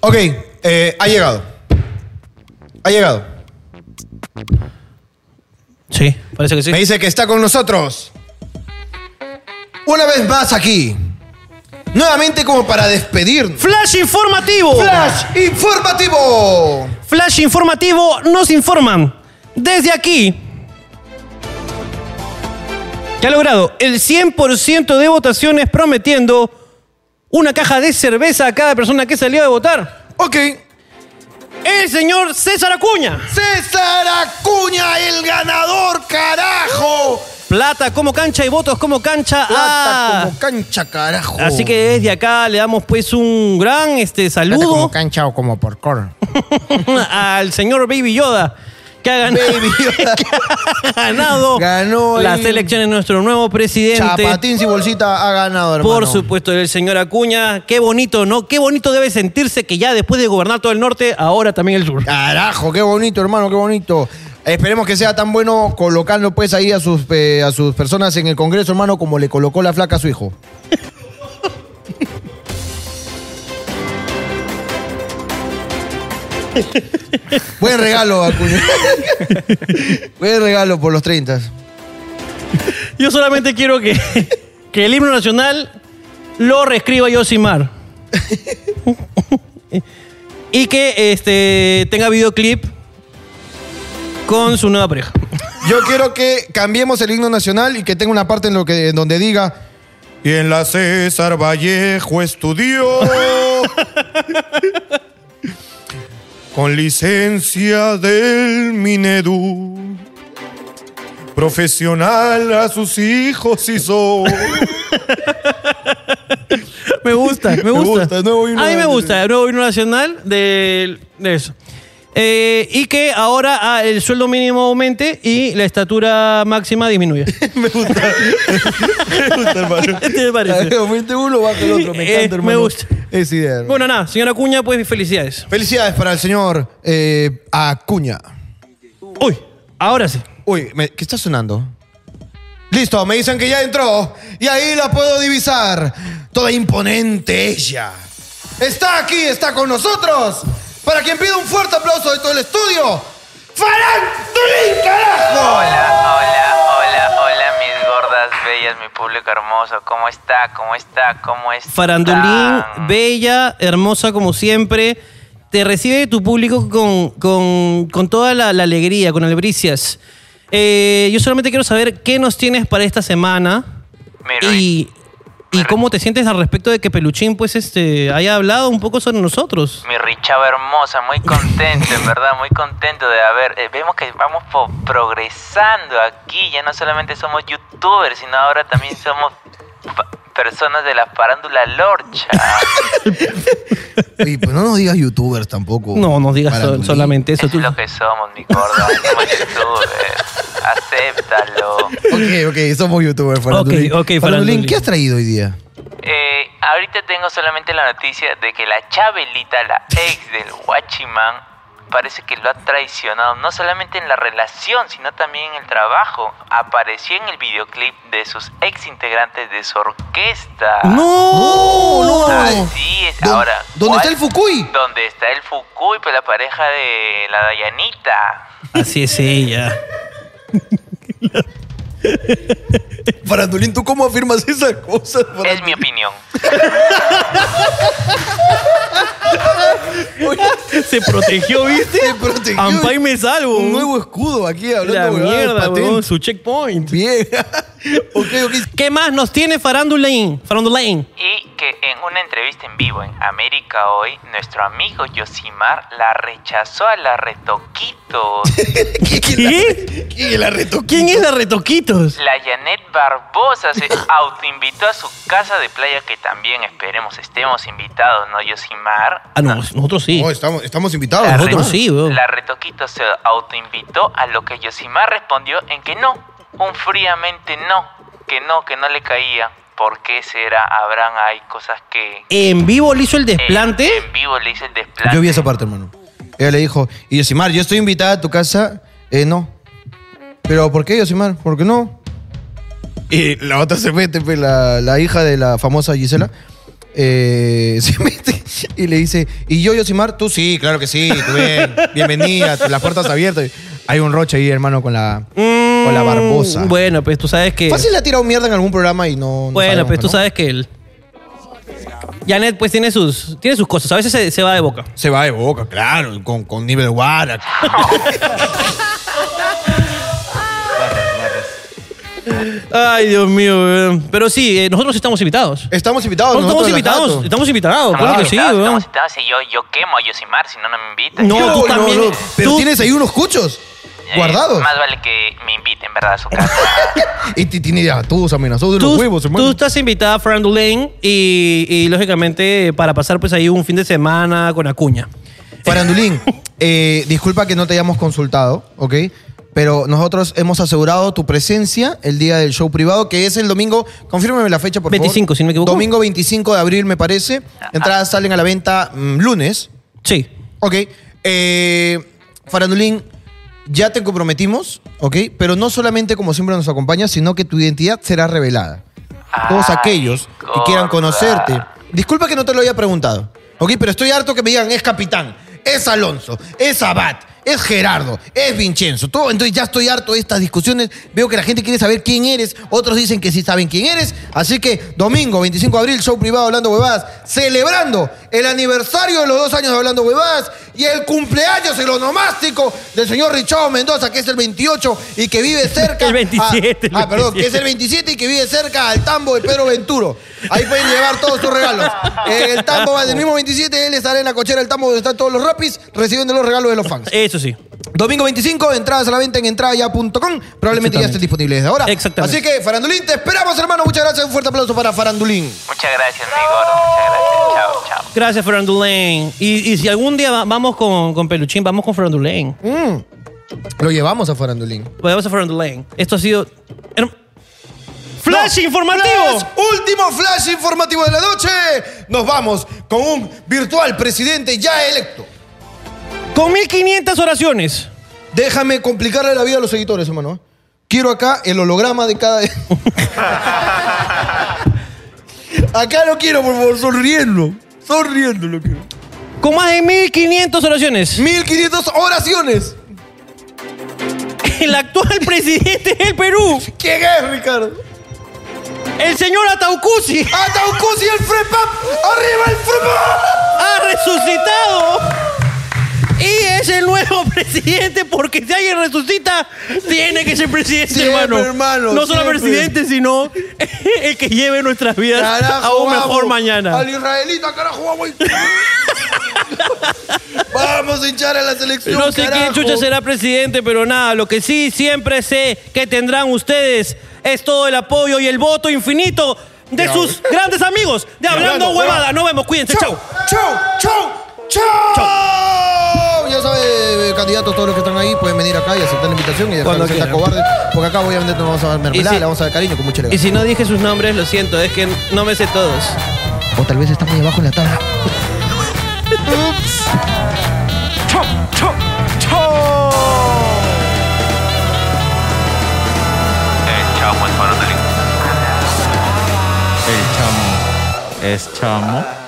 Ok, eh, ha llegado. Ha llegado. Sí, parece que sí. Me dice que está con nosotros. Una vez más aquí. Nuevamente como para despedirnos. Flash informativo. Flash informativo. Flash informativo nos informan desde aquí que ha logrado el 100% de votaciones prometiendo una caja de cerveza a cada persona que salió de votar. Ok. El señor César Acuña. César Acuña, el ganador, carajo. Plata como cancha y votos como cancha. Ah, Plata como cancha, carajo. Así que desde acá le damos pues un gran este, Plata como saludo cancha o como por al señor Baby Yoda que ha ganado, Baby Yoda. que ha ganado Ganó el- las elecciones nuestro nuevo presidente. Chapatín y bolsita ha ganado, hermano. Por supuesto, el señor Acuña. Qué bonito, ¿no? Qué bonito debe sentirse que ya después de gobernar todo el norte, ahora también el sur. Carajo, qué bonito, hermano, qué bonito. Esperemos que sea tan bueno colocando pues ahí a sus, eh, a sus personas en el Congreso, hermano, como le colocó la flaca a su hijo. Buen regalo, Acuña. Buen regalo por los 30. Yo solamente quiero que, que el himno nacional lo reescriba Yosimar. y que este, tenga videoclip con su nueva pareja. Yo quiero que cambiemos el himno nacional y que tenga una parte en, lo que, Eh, en donde diga Y en la César Vallejo estudió. con licencia del Minedu. Profesional a sus hijos hizo. Me gusta, me gusta. gusta, el nuevo himno a mí me nacional. gusta el nuevo himno nacional del- de, eso. Eh, y que ahora ah, el sueldo mínimo aumente y la estatura máxima disminuya. Me gusta. Me gusta, hermano. ¿Qué te parece? Aumente uno, baja el otro. Me Eh, encanta, me hermano. gusta. Es idea. hermano. Bueno, nada, señora Cuña, pues felicidades. Felicidades para el señor eh, Acuña. Uy, ahora sí. Uy, me- ¿qué está sonando? Listo, me dicen que ya entró y ahí la puedo divisar. Toda imponente ella. Está aquí, está con nosotros. Para quien pida un fuerte aplauso de todo el estudio. ¡Farán carajo! Hola, hola, hola, hola, mis gordas, bellas, mi público hermoso. ¿Cómo está? ¿Cómo está? ¿Cómo está? Farandolín, bella, hermosa como siempre. Te recibe tu público con, con- con toda la, la alegría, con alebricias. Eh, yo solamente quiero saber qué nos tienes para esta semana Mi rey, y, y cómo te sientes al respecto de que Peluchín pues, este, haya hablado un poco sobre nosotros. mi Richava hermosa, muy contento, en verdad, muy contento de haber. eh, vemos que vamos po- progresando aquí. Ya no solamente somos youtubers, sino ahora también somos pa- personas de la farándula lorcha. Y pues no nos digas youtubers tampoco. No, nos digas so- Farandulín. solamente eso. Eso es Tú. lo que somos, mi gorda. Somos youtubers. Acéptalo. Ok, ok, somos youtubers, Farandulín. Ok, ok, Farandulín, Farandulín. ¿qué has traído hoy día? Eh, ahorita tengo solamente la noticia de que la Chabelita, la ex del Watchman, parece que lo ha traicionado, no solamente en la relación, sino también en el trabajo. Apareció en el videoclip de sus ex integrantes de su orquesta. ¡No! No, no. Así es, ¿Dó- ahora. ¿Dónde está el ¿cuál- Fukui? ¿Dónde está el Fukui? Pues la pareja de la Dayanita. Así es ella. Farandulín, ¿tú cómo afirmas esas cosas? Es mi opinión. Se protegió, ¿viste? Te protegió. Eh, Ampay me salvo. Un nuevo escudo aquí La hablando huevadas, mierda, patente. huevón, su checkpoint. Bien. ok, ok. ¿Qué más nos tiene Farandulain? Farandulain. Y que en una entrevista en vivo en América Hoy, nuestro amigo Yosimar la rechazó a la Retoquitos. ¿Qué? ¿Quién la retoqué? ¿Quién es la Retoquitos? La Janet Barbosa se autoinvitó a su casa de playa, que también esperemos estemos invitados, ¿no, Yosimar? Ah, no, nosotros sí. No, estamos, estamos invitados. La, nosotros Re- sí, weón. la Retoquitos se autoinvitó, a lo que Yosimar respondió en que no, un fríamente no, que no, que no le caía. ¿Por qué será? Habrán, hay cosas que... eh, En vivo le hizo el desplante. En vivo le hice el desplante. Yo vi esa parte, hermano. Ella le dijo, y Yosimar, yo estoy invitada a tu casa. Eh, no. Pero ¿por qué, Yosimar? ¿Por qué no? Y la otra se mete, pues, la, la hija de la famosa Gisela. eh, se mete y le dice, ¿y yo, Yosimar? Tú sí, claro que sí, tú bien, bienvenida, las puertas abiertas. Hay un roche ahí, hermano, con la, con la barbosa. Mm, Bueno, pues tú sabes que. Fácil le ha tirado mierda en algún programa y no. no bueno, sabemos, pues tú ¿no? sabes que él. Janet, pues tiene sus, tiene sus cosas. A veces se, se va de boca. Se va de boca, claro, con, con nivel guara. Ay, Dios mío, weón. Pero sí, eh, nosotros estamos invitados. Estamos invitados. Nosotros estamos nosotros, la invitados. Jato. Estamos invitados, claro que Ah, sí, Estamos invitados, weón. estamos invitados, y yo, yo quemo a Yosimar si no, no me invitan. No, Yo- tú No, no, también. no, Pero tú- tienes ahí unos cuchos eh, guardados. Más vale que me inviten, ¿verdad? A su casa. Y ti- tiene ya tus amenazados de los Tú, huevos, tú hermano. estás invitada a Farandulain y, y lógicamente para pasar pues ahí un fin de semana con Acuña. Farandulín, eh, disculpa que no te hayamos Ah, consultado, ¿ok? Pero nosotros hemos asegurado tu presencia el día del show privado, que es el domingo. Confírmeme la fecha, por 25, favor. si no me equivoco. Domingo 25 de abril, me parece. Ah, Ah, Entradas salen a la venta mm, lunes. Sí. Ok. eh, Farandulín, ya te comprometimos, ¿ok? Pero no solamente como siempre nos acompañas, sino que tu identidad será revelada. Todos Ay, aquellos que quieran gorda. conocerte. Disculpa que no te lo haya preguntado, ¿ok? Pero estoy harto que me digan, es capitán, es Alonso, es Abad, es Gerardo, es Vincenzo. Todo, entonces ya estoy harto de estas discusiones. Veo que la gente quiere saber quién eres. Otros dicen que sí saben quién eres. Así que domingo 25 de abril, show privado Hablando Huevadas, celebrando el aniversario de los dos años de Hablando Huevadas y el cumpleaños, el onomástico del señor Richard Mendoza, que es el 28 y que vive cerca. El 27, Ah, ah, el perdón, que es 27. el 27 y que vive cerca al tambo de Pedro Venturo. Ahí pueden llevar todos sus regalos. Eh, El tambo va del mismo 27, él estará en la cochera del tambo donde están todos los rapis recibiendo los regalos de los fans. Eso sí. Domingo 25, entradas a la venta en entradaya.com. Probablemente ya Exactamente. esté disponible desde ahora. Exactamente. Así que, Farandulín, te esperamos, hermano. Muchas gracias. Un fuerte aplauso para Farandulín. Muchas gracias, mi gordo. Muchas gracias. Chao, chao. Gracias, Frandulain. Y, y si algún día va- vamos con, con Peluchín, vamos con Frandulain. Lo llevamos a Farandulín. Pues Vamos a Frandulain. Esto ha sido... herm- ¡Flash informativo! Flash, último flash informativo de la noche. Nos vamos con un virtual presidente ya electo. Con 1500 oraciones. Déjame complicarle la vida a los seguidores, hermano. ¿eh? Quiero acá el holograma de cada. acá lo quiero, por favor, sonriendo. Sonriendo lo quiero. Con más de 1500 oraciones. 1500 oraciones. El actual presidente del Perú, ¿Quién es, Ricardo? el señor Ataucusi, ¡Ataucusi el Frepap! ¡Arriba el Frepap! ha resucitado. Y es el nuevo presidente porque si alguien resucita, tiene que ser presidente, Siempre, hermano. hermano, No solo siempre. presidente, sino el que lleve nuestras vidas a un vamos. mejor mañana. Al israelita, carajo, vamos. vamos a hinchar a la selección. No sé Este, carajo. quién chucha será presidente, pero nada, lo que sí siempre sé que tendrán ustedes es todo el apoyo y el voto infinito de sus grandes amigos de Hablando Huevada. Nos vemos, cuídense, chau. ¡Chau! ¡Chau! ¡Chau! Ya sabe, eh, candidatos, todos los que están ahí pueden venir acá y aceptar la invitación y dejar Cuando de ser tan quieran. cobardes. Porque acá obviamente no vamos a dar mermelada, Y si- le vamos a dar cariño con mucho Y legado. si no dije sus nombres, lo siento, es que no me sé todos. O tal vez está muy abajo en la tabla. Eh, chao, pues, Farandulín. El chamo. Es chamo.